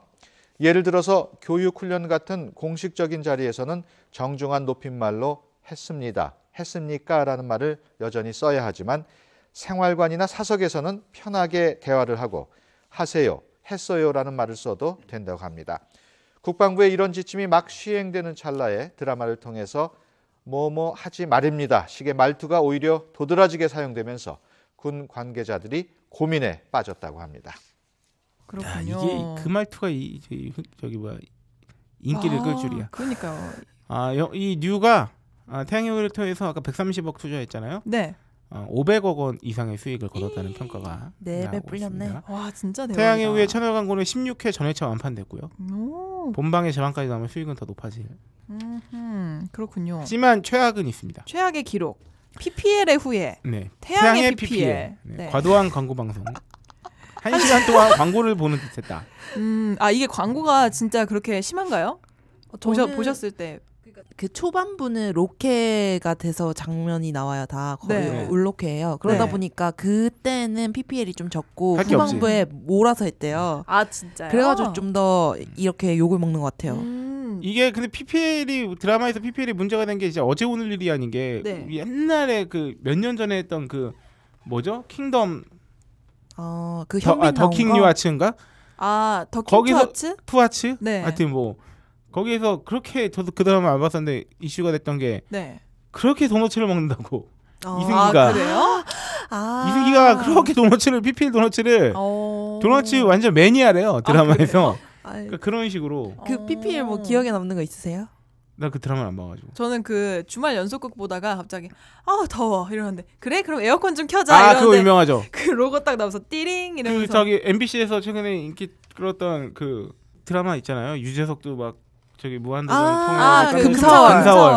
S1: 예를 들어서 교육 훈련 같은 공식적인 자리에서는 정중한 높임말로 했습니다. 했습니까라는 말을 여전히 써야 하지만 생활관이나 사석에서는 편하게 대화를 하고 하세요, 했어요라는 말을 써도 된다고 합니다. 국방부의 이런 지침이 막 시행되는 찰나에 드라마를 통해서 뭐뭐 하지 말입니다. 식의 말투가 오히려 도드라지게 사용되면서 군 관계자들이 고민에 빠졌다고 합니다.
S5: 그렇군요.
S4: 야, 이게 그 말투가 이 저기, 저기 뭐야 인기를
S5: 아,
S4: 끌 줄이야.
S5: 그러니까요.
S4: 아, 여- 이 뉴가 아, 태양의를 통해서 아까 130억 투자했잖아요.
S5: 네.
S4: 아, 500억 원 이상의 수익을 거뒀다는 평가가
S6: 네,
S4: 나오고
S6: 배 불렸네.
S4: 있습니다.
S5: 와 진짜 대박이다. 음.
S4: 태양의 후예 채널 광고는 16회 전회차 완판됐고요.
S5: 오,
S4: 본방의 저항까지 나오면 수익은 더 높아질.
S5: 음흠, 그렇군요.
S4: 하지만 최악은 있습니다.
S5: 최악의 기록. PPL의 후예.
S4: 네.
S5: 태양의 PPL.
S4: PPL.
S5: 네.
S4: 네. 과도한 광고 방송. 한 시간 동안 광고를 보는 듯했다.
S5: 음, 아 이게 광고가 진짜 그렇게 심한가요? 보셔, 보셨을 때.
S6: 그 초반부는 로케가 돼서 장면이 나와요 다 거의
S5: 네.
S6: 울로케예요. 그러다
S5: 네.
S6: 보니까 그때는 PPL이 좀 적고
S4: 할게 없지.
S6: 후반부에 몰아서 했대요.
S5: 아 진짜요?
S4: 음.
S6: 그래가지고 좀 더 이렇게 욕을 먹는 것 같아요.
S5: 음,
S4: 이게 근데 PPL이 드라마에서 PPL이 문제가 된 게 이제 어제 오늘 일이 아닌 게
S5: 네.
S4: 옛날에 그 몇 년 전에 했던 그 뭐죠? 킹덤
S6: 어, 그
S4: 더,
S6: 현민
S4: 아, 더킹
S6: 나온 거?
S4: 뉴아츠인가?
S5: 아
S4: 거기서-
S5: 더킹터츠?
S4: 푸아츠?
S5: 네.
S4: 하여튼 뭐 거기에서 그렇게 저도 그 드라마 안 봤었는데 이슈가 됐던 게
S5: 네.
S4: 그렇게 도너츠를 먹는다고
S6: 어.
S4: 이승기.
S5: 아
S4: 이승기가-
S5: 그래요?
S6: 아.
S4: 이승기가 그렇게 도너츠를 PPL 도너츠를
S5: 어.
S4: 네. 도너츠 완전 매니아래요 드라마에서
S6: 아이,
S4: 그러니까 그런 식으로
S5: 어.
S6: 그 PPL 뭐 기억에 남는 거 있으세요?
S4: 나 그 드라마 안 봐가지고
S5: 저는 그 주말 연속극 보다가 갑자기 아 더워 이러는데 그래 그럼 에어컨 좀 켜자
S4: 아
S5: 이러는데
S4: 그거 유명하죠
S5: 그 로고 딱 나와서 띠링
S4: 그
S5: 이러면서
S4: 저기 MBC에서 최근에 인기 끌었던 그 드라마 있잖아요 유재석도 막 저기 무한도전
S6: 아,
S4: 통해서
S5: 그
S4: 깜짝-
S6: 아,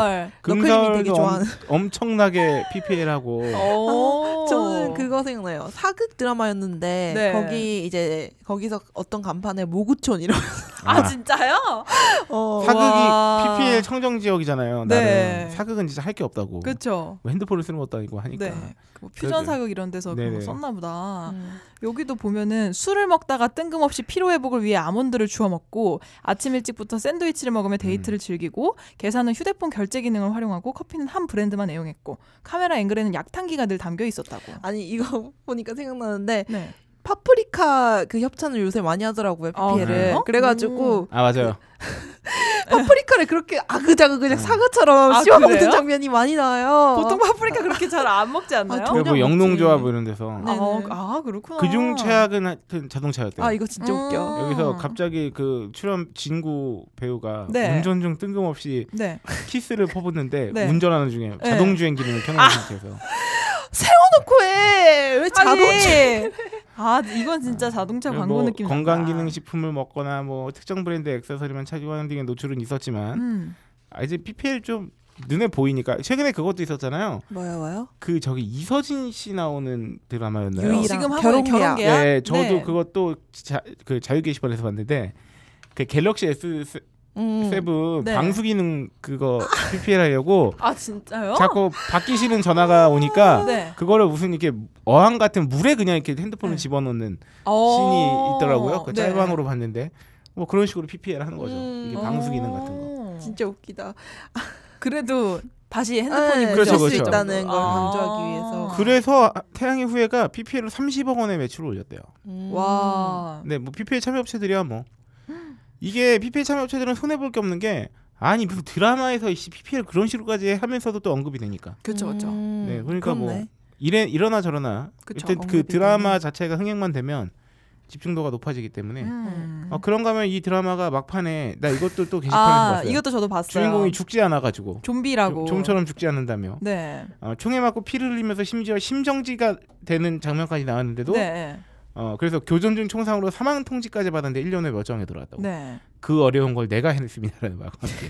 S6: 금사월.
S4: 금사월
S6: 너클님이 되게
S4: 금사월도 엄,
S6: 좋아하는.
S4: 엄청나게 PPL하고
S5: 오.
S6: 저는 그거 생각나요. 사극 드라마였는데
S5: 어. 네.
S6: 거기 이제 거기서 어떤 간판에 모구촌 이런
S5: 아 진짜요?
S6: 어,
S4: 사극이
S5: 와.
S4: PPL 청정 지역이잖아요.
S5: 네.
S4: 나는 사극은 진짜 할 게 없다고.
S5: 그렇죠.
S4: 뭐 핸드폰을 쓰는 것도 아니고 하니까.
S5: 네. 뭐 퓨전 사극 이런 데서 그런 거
S4: 그러니까. 네네.
S5: 썼나 보다.
S6: 음.
S5: 여기도 보면은 술을 먹다가 뜬금없이 피로 회복을 위해 아몬드를 주워 먹고 아침 일찍부터 샌드위치를 먹으며
S4: 음.
S5: 데이트를 즐기고 계산은 휴대폰 결제 기능을 활용하고 커피는 한 브랜드만 애용했고 카메라 앵글에는 약탄기가 늘 담겨 있었다고.
S6: 아니 이거 보니까 생각나는데
S5: 네.
S6: 파프리카 그 협찬을 요새 많이 하더라고요
S5: 아,
S6: PPL을
S5: 그래요? 음.
S6: 그래가지고
S4: 아 맞아요.
S6: 파프리카를 그렇게 아그자그그작 사과처럼
S5: 아,
S6: 씹어 먹는
S5: 그래요?
S6: 장면이 많이 나와요.
S5: 보통 파프리카 그렇게 잘 안 먹지 않나요?
S6: 어. 아,
S5: 아,
S6: 저-
S4: 그리고
S6: 전혀
S4: 뭐 영농조합
S6: 없지.
S4: 이런 데서
S6: 네. 네네.
S5: 아, 그렇구나.
S4: 그중 최악은 하여튼 자동차였대요.
S6: 아 이거 진짜
S5: 음.
S6: 웃겨.
S4: 여기서 갑자기 그 출연 진구 배우가
S5: 네.
S4: 운전 중 뜬금없이
S5: 네.
S4: 키스를 퍼붓는데
S5: 네.
S4: 운전하는 중에
S5: 네.
S4: 자동 주행 기능을 켜놓은 상태에서
S6: 코에 왜 자동
S5: 아니, 아 이건 진짜 자동차
S4: 그리고
S5: 광고
S4: 뭐
S5: 느낌.
S4: 건강
S5: 난다.
S4: 기능 식품을 먹거나 뭐 특정 브랜드 액세서리만 착용하는 등의 노출은 있었지만
S5: 음.
S4: 아 이제 PPL 좀 눈에 보이니까 최근에 그것도 있었잖아요.
S6: 뭐야 뭐야?
S4: 그 저기 이서진 씨 나오는 드라마였나요?
S6: 유일한
S5: 지금 하고
S6: 결혼
S5: 있는 결혼
S6: 계약.
S5: 계약.
S4: 예, 저도
S5: 네.
S4: 그것도 자, 그 자유 게시판에서 봤는데 그 갤럭시 S7
S6: 음.
S5: 네.
S4: 방수 기능 그거 PPL 하려고
S5: 아 진짜요?
S4: 자꾸 바뀌시는 전화가 오니까
S5: 네.
S4: 그거를 무슨 이렇게 어항 같은 물에 그냥 이렇게 핸드폰을
S5: 네.
S4: 집어넣는
S5: 어.
S4: 신이 있더라고요. 그
S5: 네.
S4: 짤방으로 봤는데 뭐 그런 식으로 PPL 하는 거죠.
S6: 음.
S4: 이게 방수 기능 같은 거.
S5: 진-
S6: 진짜 웃기다.
S5: 어. 그래도 다시 핸드폰이
S6: 네,
S4: 그렇죠,
S5: 무료일
S4: 그렇죠.
S5: 수
S6: 있다는 걸
S5: 아.
S6: 강조하기 위해서.
S5: 어.
S4: 그래서 태양의 후예가 PPL로 30억 원의 매출을 올렸대요.
S6: 음.
S5: 와.
S4: 네, 뭐 PPL 참여업체들이야 뭐. 이게 PPL 참여업체들은 손해 볼 게 없는 게 아니 무슨 드라마에서 이씨 PPL 그런 식으로까지 하면서도 또 언급이 되니까.
S5: 그렇죠, 그렇죠.
S6: 음,
S4: 네, 그러니까 뭐
S6: 그렇네.
S4: 이래 이러나 저러나
S5: 그쵸,
S4: 일단 그
S6: 언급이
S4: 드라마
S6: 되네.
S4: 자체가 흥행만 되면 집중도가 높아지기 때문에
S5: 음.
S4: 어, 그런가 하면 이 드라마가 막판에 나 이것도 또 게시판에서
S5: 아,
S4: 봤어요.
S5: 이것도 저도 봤어요.
S4: 주인공이 죽지 않아 가지고
S5: 좀비라고.
S4: 좀처럼 죽지 않는다며
S5: 네.
S4: 어, 총에 맞고 피를 흘리면서 심지어 심정지가 되는 장면까지 나왔는데도
S5: 네.
S4: 어, 그래서 교전 중 총상으로 사망 통지까지 받았는데 1년 후에 멸종에 돌아왔다고
S5: 네.
S4: 그 어려운 걸 내가 해냈습니다라는 말과 함께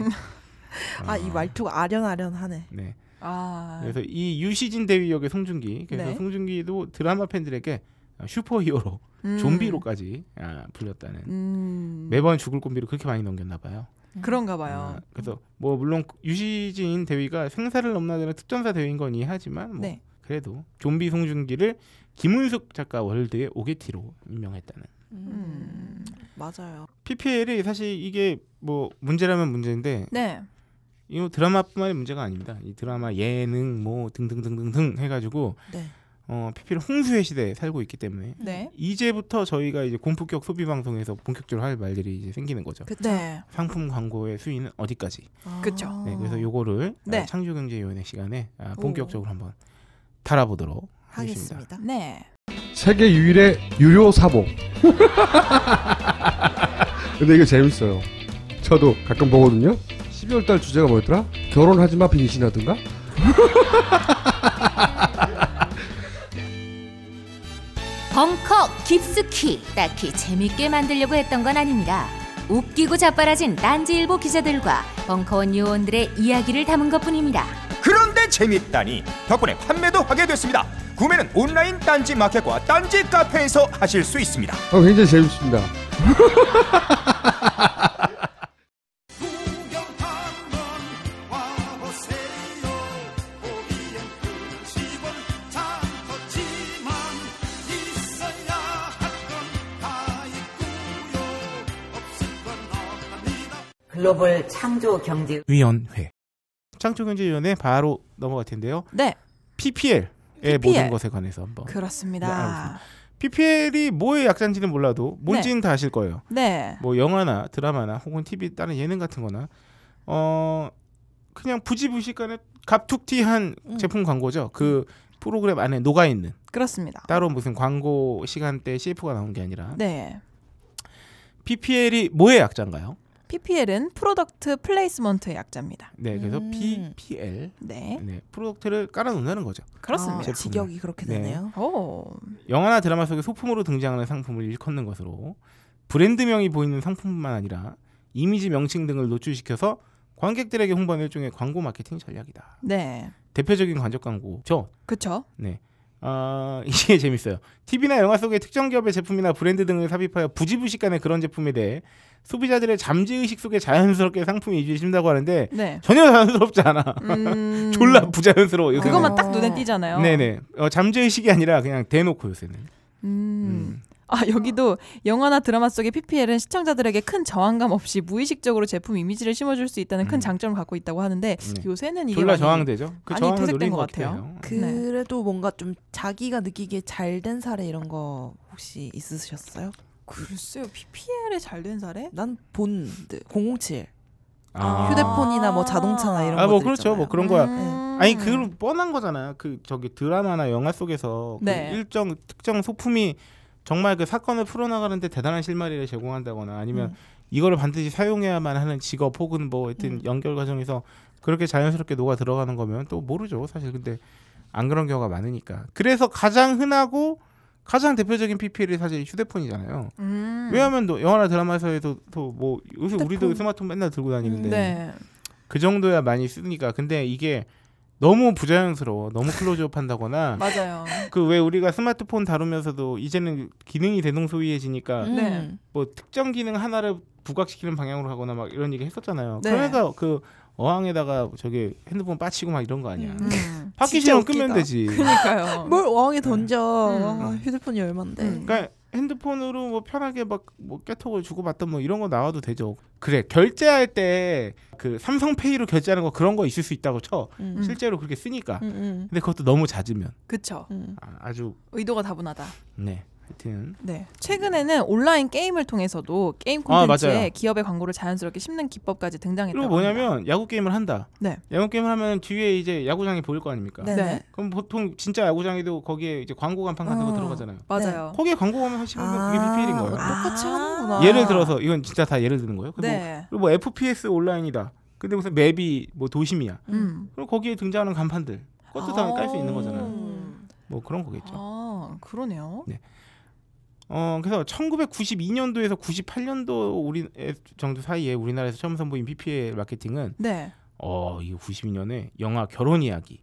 S6: 아, 이 말투가 아련아련하네.
S4: 네.
S5: 아.
S4: 그래서 이 유시진 대위 역의 송중기 그래서
S5: 네.
S4: 송중기도 드라마 팬들에게 슈퍼히어로
S5: 음.
S4: 좀비로까지 아, 불렸다는
S5: 음.
S4: 매번 죽을 꼼비로 그렇게 많이 넘겼나 봐요.
S5: 그런가
S4: 아,
S5: 봐요. 음.
S4: 그래서 뭐 물론 유시진 대위가 생사를 넘나드는 특전사 대위인 건 이해하지만 뭐
S5: 네.
S4: 그래도 좀비 송중기를 김은숙 작가 월드의 오게티로 임명했다는.
S5: 음.
S6: 맞아요.
S4: PPL이 사실 이게 뭐 문제라면 문제인데
S5: 네.
S4: 이 드라마뿐만이 문제가 아닙니다. 이 드라마 예능 뭐 등등등등등 해가지고
S6: 네.
S4: 어, PPL 홍수의 시대에 살고 있기 때문에
S5: 네.
S4: 이제부터 저희가 이제 공포격 소비 방송에서 본격적으로 할 말들이 이제 생기는 거죠.
S6: 그쵸.
S5: 네.
S4: 상품 광고의 수위는 어디까지?
S6: 아.
S5: 그쵸.
S4: 네, 그래서 요거를
S5: 네.
S4: 아, 창조경제위원회 시간에 아, 본격적으로 한번 달아보도록 하겠습니다.
S6: 하겠습니다.
S5: 네.
S9: 세계 유일의 유료 사복. 근데 이거 재밌어요. 저도 가끔 보거든요. 12월 달 주제가 뭐였더라? 결혼하지 마 빙신하든가?
S3: 벙커 깊숙이 딱히 재밌게 만들려고 했던 건 아닙니다. 웃기고 자빠라진 딴지일보 기자들과 벙커원 요원들의 이야기를 담은 것뿐입니다.
S10: 그런데 재밌다니 덕분에 판매도 하게 됐습니다. 구매는 온라인 딴지 마켓과 딴지 카페에서 하실 수 있습니다.
S9: 어, 굉장히 재밌습니다.
S11: 글로벌 창조 경제
S4: 위원회 창조경제위원회 바로 넘어갈 텐데요.
S5: 네.
S4: PPL의
S5: PPL.
S4: 모든 것에 관해서 한번 네,
S5: 그렇습니다.
S4: 알겠습니다. PPL이 뭐의 약자인지는 몰라도 뭔지는 다 아실 거예요.
S5: 네.
S4: 뭐 영화나 드라마나 혹은 TV 다른 예능 같은 거나 어 그냥 부지부식간에 갑툭튀한
S6: 음.
S4: 제품 광고죠. 그 프로그램 안에 녹아 있는
S5: 그렇습니다.
S4: 따로 무슨 광고 시간대 CF가 나온 게 아니라
S5: 네.
S4: PPL이 뭐의 약자인가요?
S5: PPL은 프로덕트 플레이스먼트의 약자입니다.
S4: 네, 그래서
S6: 음.
S4: PPL
S5: 네.
S4: 네, 프로덕트를 깔아놓는다는 거죠.
S5: 그렇습니다.
S6: 아, 직역이 그렇게
S4: 네.
S6: 되네요.
S5: 아. 오.
S4: 영화나 드라마 속에 소품으로 등장하는 상품을 일컫는 것으로 브랜드명이 보이는 상품뿐만 아니라 이미지 명칭 등을 노출시켜서 관객들에게 홍보하는 일종의 광고 마케팅 전략이다.
S5: 네.
S4: 대표적인 관적 광고죠.
S5: 그렇죠.
S4: 네. 아, 이게 재밌어요. TV나 영화 속에 특정 기업의 제품이나 브랜드 등을 삽입하여 부지부식간에 그런 제품에 대해 소비자들의 잠재 의식 속에 자연스럽게 상품이 이주해진다고 하는데
S5: 네.
S4: 전혀 자연스럽지 않아.
S5: 음.
S4: 졸라 부자연스러워. 요새는.
S5: 그것만 딱 눈에 띄잖아요.
S4: 네네. 어, 잠재 의식이 아니라 그냥 대놓고 요새는.
S5: 음.
S4: 음.
S5: 아 여기도 영화나 드라마 속의 PPL은 시청자들에게 큰 저항감 없이 무의식적으로 제품 이미지를 심어줄 수 있다는 큰
S4: 음.
S5: 장점을 갖고 있다고 하는데
S4: 네.
S5: 요새는 이게
S4: 졸라
S5: 많이-
S4: 저항되죠. 그
S5: 많이
S4: 저항을
S5: 퇴색된
S4: 노린
S5: 것
S4: 것 같아요.
S5: 같아요. 그- 네.
S6: 그래도 뭔가 좀 자기가 느끼기에 잘된 사례 이런 거 혹시 있으셨어요?
S5: 글쎄요 PPL에 잘 된 사례?
S6: 난 본 네, 007.
S5: 아.
S6: 휴대폰이나 뭐 자동차나 이런
S4: 아, 뭐
S6: 것들
S4: 그렇죠.
S6: 있잖아요.
S4: 뭐 그런 거야.
S5: 음.
S4: 아니 그 뻔한 거잖아. 그 저기 드라마나 영화 속에서 그
S5: 네.
S4: 일정 특정 소품이 정말 그 사건을 풀어나가는데 대단한 실마리를 제공한다거나 아니면
S6: 음.
S4: 이거를 반드시 사용해야만 하는 직업 혹은 뭐
S5: 음.
S4: 하여튼 연결 과정에서 그렇게 자연스럽게 녹아 들어가는 거면 또 모르죠 사실 근데 안 그런 경우가 많으니까 그래서 가장 흔하고 가장 대표적인 PPL이 사실 휴대폰이잖아요
S5: 음.
S4: 왜냐하면 또 영화나 드라마에서도 또 뭐 요새 우리도
S6: 휴대폰.
S4: 스마트폰 맨날 들고 다니는데
S5: 네.
S4: 그 정도야 많이 쓰니까 근데 이게 너무 부자연스러워 너무 클로즈업 한다거나
S5: 맞아요.
S4: 그 왜 우리가 스마트폰 다루면서도 이제는 기능이 대동소이해지니까
S6: 음.
S5: 네.
S4: 뭐 특정 기능 하나를 부각시키는 방향으로 가거나 막 이런 얘기 했었잖아요
S5: 네.
S4: 그러니까 그 어항에다가 저게 핸드폰 빠치고 막 이런 거 아니야
S5: 음.
S4: 바퀴
S6: 진짜
S4: 신호 끄면
S6: 웃기다.
S4: 되지
S5: 그러니까요.
S6: 음.
S4: 뭐?
S6: 뭘 어항에 던져.
S5: 음.
S6: 아, 휴대폰이 얼만데.
S5: 음.
S4: 그러니까 핸드폰으로 뭐 편하게 막뭐 깨톡을 주고받던 뭐 이런 거 나와도 되죠 그래 결제할 때 그 삼성페이로 결제하는 거 그런 거 있을 수 있다고 쳐
S6: 음.
S5: 실-
S4: 실제로 그렇게 쓰니까
S6: 음, 음.
S4: 근데 그것도 너무 잦으면
S5: 그쵸.
S6: 음.
S4: 아, 아주
S5: 의도가 다분하다.
S4: 네 하여튼
S5: 네. 최근에는 온라인 게임을 통해서도 게임
S4: 아,
S5: 콘텐츠에
S4: 맞아요.
S5: 기업의 광고를 자연스럽게 심는 기법까지 등장했다고
S4: 그리고
S5: 합니다.
S4: 뭐냐면 야구 게임을 한다.
S5: 그러니까 네.
S4: 야구 게임을 하면 뒤에 이제 야구장이 보일 거 아닙니까?
S5: 네네. 네.
S4: 그럼 보통 진짜 야구장에도 거기에 이제 광고 간판 같은
S5: 어, 아.
S4: 거 들어가잖아요.
S5: 맞아요.
S4: 거기에 광고 가면 사실은 그게 BPL인 거예요.
S6: 아. 똑같이 하는구나.
S5: 아.
S4: 예를 들어서 이건 진짜 다 예를 드는 거예요. 그리고
S6: 네.
S4: 뭐, 그리고 뭐 FPS 온라인이다. 근데 무슨 맵이 뭐 도심이야.
S5: 음.
S4: 그럼 거기에 등장하는 간판들 그것도 다 깔 수 있는 거잖아요.
S6: 음.
S4: 뭐 그런 거겠죠.
S5: 아, 그러네요.
S4: 네. 어 그래서 1992년도에서 98년도 우리 에- 정도 사이에 우리나라에서 처음 선보인 PPL 마케팅은
S5: 네.
S4: 어 이거 92년에 영화 결혼 이야기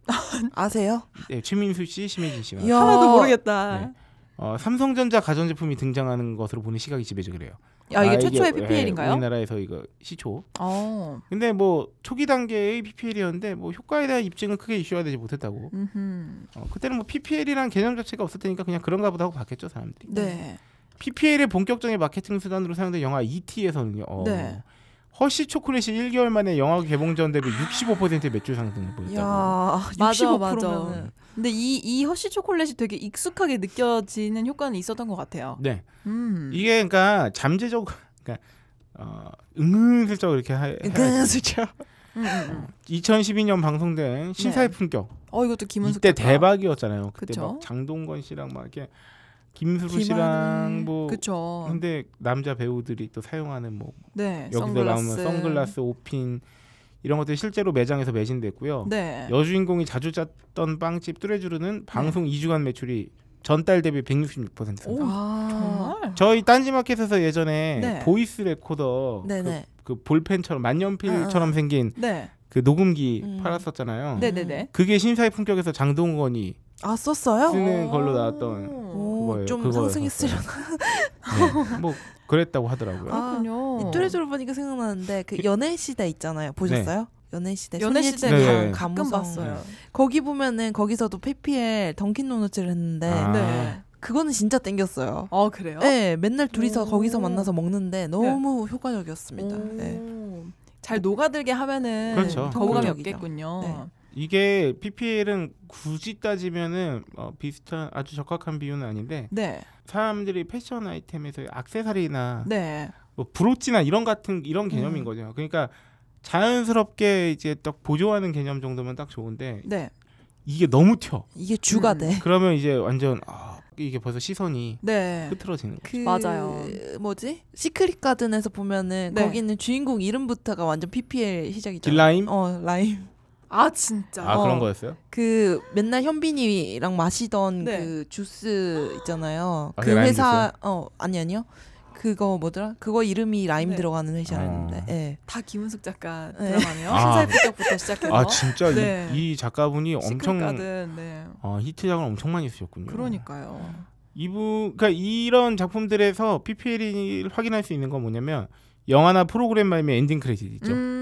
S6: 아세요?
S4: 네, 최민수 씨, 심혜진 씨가
S6: 이야. 하나도 모르겠다.
S4: 네. 어, 삼성전자 가전제품이 등장하는 것으로 보는 시각이 지배적이래요.
S5: 아, 이게 최초의
S4: 예,
S5: PPL인가요?
S4: 우리나라에서 이거 시초.
S5: 어.
S4: 근데 뭐 초기 단계의 PPL이었는데 뭐 효과에 대한 입증은 크게 이슈화 되지 못했다고.
S5: 음.
S4: 어, 그때는 뭐 PPL이란 개념 자체가 없었다니까 그냥 그런가 보다 하고 봤겠죠 사람들이.
S6: 음.
S5: 네.
S4: PPL의 본격적인 마케팅 수단으로 사용된 영화 E.T.에서는요. 어,
S5: 네.
S4: 허쉬 초콜릿이 1개월 만에 영화 개봉 전 대비 65%의 매출 상승을 보였다고.
S6: 야,
S5: 맞아
S6: 65%
S5: 맞아.
S6: 면은.
S5: 근데 이 이 허쉬 초콜릿이 되게 익숙하게 느껴지는 효과는 있었던 것 같아요.
S4: 네.
S5: 음.
S4: 이게 그러니까 잠재적 그러니까 어, 은근슬쩍 이렇게 하,
S6: 은근슬쩍.
S5: 음,
S4: 2012년 방송된 신사의 품격.
S5: 어 이것도 김은숙
S4: 이때
S5: 작가.
S4: 대박이었잖아요. 그때
S5: 그쵸?
S4: 막 장동건 씨랑 막 이렇게 김수로
S5: 김하늘.
S4: 씨랑 뭐
S5: 그쵸.
S4: 근데 남자 배우들이 또 사용하는 뭐
S5: 네,
S4: 여기서
S5: 선글라스.
S4: 나오는 선글라스, 오핀 이런 것들이 실제로 매장에서 매진됐고요.
S5: 네.
S4: 여주인공이 자주 짰던 빵집 뚜레쥬르는 방송 2주간 매출이 전달 대비 166%.
S5: 오,
S6: 아.
S4: 아,
S5: 정말.
S4: 저희 딴지마켓에서 예전에
S5: 네.
S4: 보이스 레코더
S5: 네네.
S4: 그, 그 볼펜처럼 만년필처럼
S5: 아, 아.
S4: 생긴
S5: 네.
S4: 그 녹음기
S5: 음.
S4: 팔았었잖아요.
S5: 네네네.
S4: 그게 신사의 품격에서 장동건이
S6: 아 썼어요?
S4: 쓰는 걸로 나왔던 그 그거예요.
S6: 좀
S4: 그거였었어요.
S6: 상승했으려나?
S4: 네, 뭐 그랬다고 하더라고요.
S5: 아. 그렇군요.
S6: 이 뚜레쥬르 보니까 생각나는데 그 연애 시대 있잖아요. 보셨어요? 연애 시대.
S5: 연애
S6: 손예진
S5: 시대
S4: 네.
S6: 감-
S5: 가끔
S6: 감우성.
S5: 봤어요.
S6: 거기 보면은 거기서도 페피엘 던킨 도너츠를 했는데
S4: 아.
S5: 네.
S6: 그거는 진짜 땡겼어요.
S5: 어 그래요?
S6: 네, 맨날 둘이서
S5: 오.
S6: 거기서 만나서 먹는데 너무 효과적이었습니다. 네.
S5: 잘 녹아들게 하면은
S4: 그렇죠.
S5: 거부감이
S6: 그렇죠.
S5: 없겠군요.
S4: 이게 PPL은 굳이 따지면은 어, 비슷한 아주 적합한 비유는 아닌데
S5: 네.
S4: 사람들이 패션 아이템에서 악세사리나
S5: 네.
S4: 뭐 브로치나 이런 같은 이런 개념인
S5: 음.
S4: 거죠. 그러니까 자연스럽게 이제 딱 보조하는 개념 정도면 딱 좋은데
S5: 네.
S4: 이게 너무 튀어.
S6: 이게 주가
S5: 음.
S6: 돼.
S4: 그러면 이제 완전 아, 이게 벌써 시선이
S6: 네.
S4: 흐트러지는 거죠.
S6: 그
S5: 맞아요.
S6: 뭐지? 시크릿 가든에서 보면은
S5: 네.
S6: 거기 있는 주인공 이름부터가 완전 PPL 시작이죠.
S4: 딜라임?
S6: 어, 라임.
S5: 아 진짜.
S4: 아
S6: 어.
S4: 그런 거였어요?
S6: 그 맨날 현빈이랑 마시던
S5: 네.
S6: 그 주스 있잖아요.
S4: 아,
S6: 그
S4: 네, 라임
S6: 회사 어 아니 아니요. 그거 뭐더라? 그거 이름이 라임
S5: 네.
S6: 들어가는 회사였는데. 예.
S5: 다 김은숙 작가
S6: 네.
S5: 드라마네요.
S4: 아.
S5: 신사의 부탁부터 시작해서.
S4: 아 진짜 이-
S5: 네.
S4: 이, 작가분이
S5: 시크릿
S4: 엄청
S5: 가든. 네.
S4: 아, 히트작을 엄청 많이 쓰셨군요. 음.
S5: 그러니까요.
S4: 이분 그러니까 이런 작품들에서 PPL을 확인할 수 있는 건 뭐냐면 영화나 프로그램 말미에 엔딩 크레딧 있죠.
S5: 음.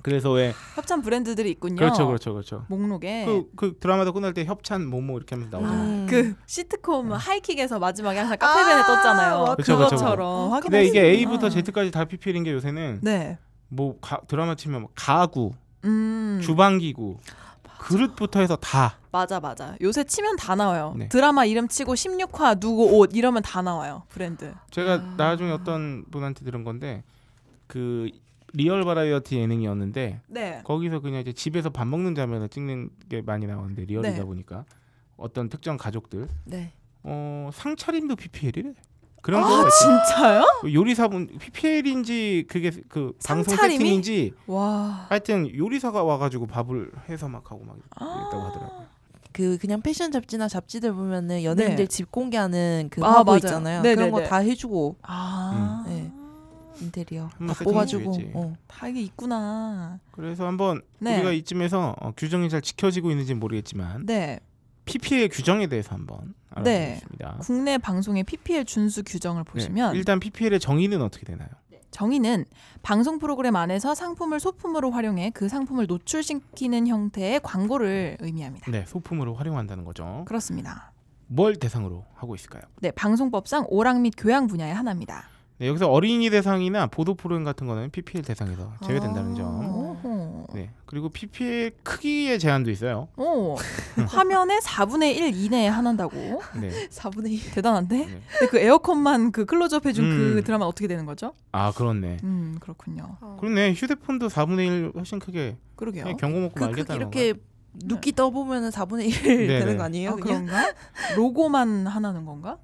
S4: 그래서 왜
S5: 협찬 브랜드들이 있군요. 네.
S4: 그렇죠, 그렇죠, 그렇죠.
S5: 목록에
S4: 그, 그 드라마도 끝날 때 협찬 뭐뭐 이렇게 하면서 나오잖아요.
S6: 음.
S5: 그 시트콤 하이킥에서 마지막에 항상 카페벤에 떴잖아요.
S4: 음. 그쵸, 그쵸,
S5: 그것처럼 확인.
S4: 근데 이게 A부터 Z까지 다 PPL인 게 요새는
S5: 아. 네.
S4: 뭐 가- 드라마 치면 뭐 가구,
S5: 음.
S4: 주방기구, 그릇부터 해서 다.
S5: 맞아 맞아. 요새 치면 다 나와요.
S4: 네.
S5: 드라마 이름 치고 16화 누구 옷 이러면 다 나와요. 브랜드.
S4: 제가 나중에 어떤 분한테 들은 건데 그 리얼 바라이어티 예능이었는데
S5: 네.
S4: 거기서 그냥 이제 집에서 밥 먹는 장면을 찍는 게 많이 나오는데 리얼이다
S5: 네.
S4: 보니까 어떤 특정 가족들
S6: 네.
S4: 어 상차림도 PPL이래. 그런
S5: 아,
S4: 거
S5: 진짜요?
S4: 요리사분 PPL인지 그게 그 방송
S5: 상차림이?
S4: 세팅인지
S5: 와.
S4: 하여튼 요리사가 와가지고 밥을 해서 막 하고 막 이랬다고 하더라고요.
S6: 그 그냥 패션 잡지나 잡지들 보면은 연예인들
S5: 네.
S6: 집 공개하는 그
S5: 아,
S6: 화보
S5: 맞아요.
S6: 있잖아요.
S5: 네,
S6: 그런
S5: 네,
S6: 거
S5: 네.
S6: 다 해주고
S4: 음.
S5: 아.
S6: 네. 인테리어
S5: 음,
S4: 한번
S6: 다
S4: 세팅해
S6: 뽑아주고
S4: 주겠지.
S6: 어.
S5: 다 이게 있구나.
S4: 그래서 한번
S5: 네.
S4: 우리가 이쯤에서 어, 규정이 잘 지켜지고 있는지는 모르겠지만
S5: 네.
S4: PPL 규정에 대해서 한번
S5: 네.
S4: 알아보겠습니다.
S5: 국내 방송의 PPL 준수 규정을 보시면
S4: 네, 일단 PPL의 정의는 어떻게 되나요?
S5: 정의는 방송 프로그램 안에서 상품을 소품으로 활용해 그 상품을 노출시키는 형태의 광고를 의미합니다.
S4: 네, 소품으로 활용한다는 거죠.
S5: 그렇습니다.
S4: 뭘 대상으로 하고 있을까요?
S5: 네, 방송법상 오락 및 교양 분야의 하나입니다.
S4: 네,
S5: 아.
S4: 여기서 어린이 대상이나 보도 프로그램 같은 거는 PPL 대상에서 제외된다는 점.
S5: 오호.
S4: 네, 그리고 PPL 크기의 제한도 있어요.
S5: 오, 화면의 4분의 1 이내에 하나다고.
S4: 네.
S5: 4분의 1. 대단한데? 근데 그 에어컨만 그 클로즈업 해준 그
S4: 음.
S5: 드라마 는 어떻게 되는 거죠?
S4: 아 그렇네.
S5: 음, 그렇군요.
S4: 그렇네. 휴대폰도 4분의 1 훨씬 크게.
S5: 그러게요. 아,
S4: 그냥 경고 먹고
S6: 그, 그
S4: 말겠다는
S6: 이렇게 눕기 떠보면은 4분의 1
S4: 네, 네.
S6: 되는 거 아니에요?
S5: 네. 아,
S6: 그냥?
S5: 그런가? 로고만 하나는 건가?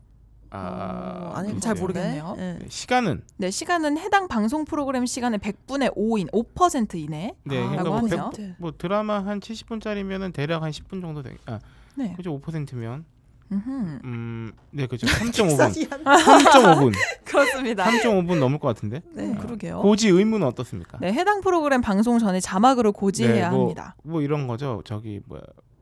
S4: 아,
S6: 어, 아니
S5: 잘
S4: 글쎄요.
S5: 모르겠네요.
S6: 네.
S4: 네, 시간은
S5: 네, 시간은 해당 방송 프로그램 시간의 100분의 5인 5% 이내.
S6: 예.
S4: 네,
S5: 아,
S4: 그러니까
S5: 라고
S4: 뭐,
S5: 하네요.
S4: 백- 뭐 드라마 한 70분짜리면은 대략 한 10분 정도 되. 아,
S5: 네.
S4: 그죠 5%면
S5: 음흠.
S4: 음, 네 그죠 3.5분.
S6: 아,
S4: 3.5분.
S5: 그렇습니다.
S4: 3.5분 넘을 것 같은데.
S5: 네, 그러게요.
S4: 고지 의무는 어떻습니까?
S5: 네, 해당 프로그램 방송 전에 자막으로 고지해야
S4: 뭐,
S5: 합니다.
S4: 뭐 이런 거죠. 저기 뭐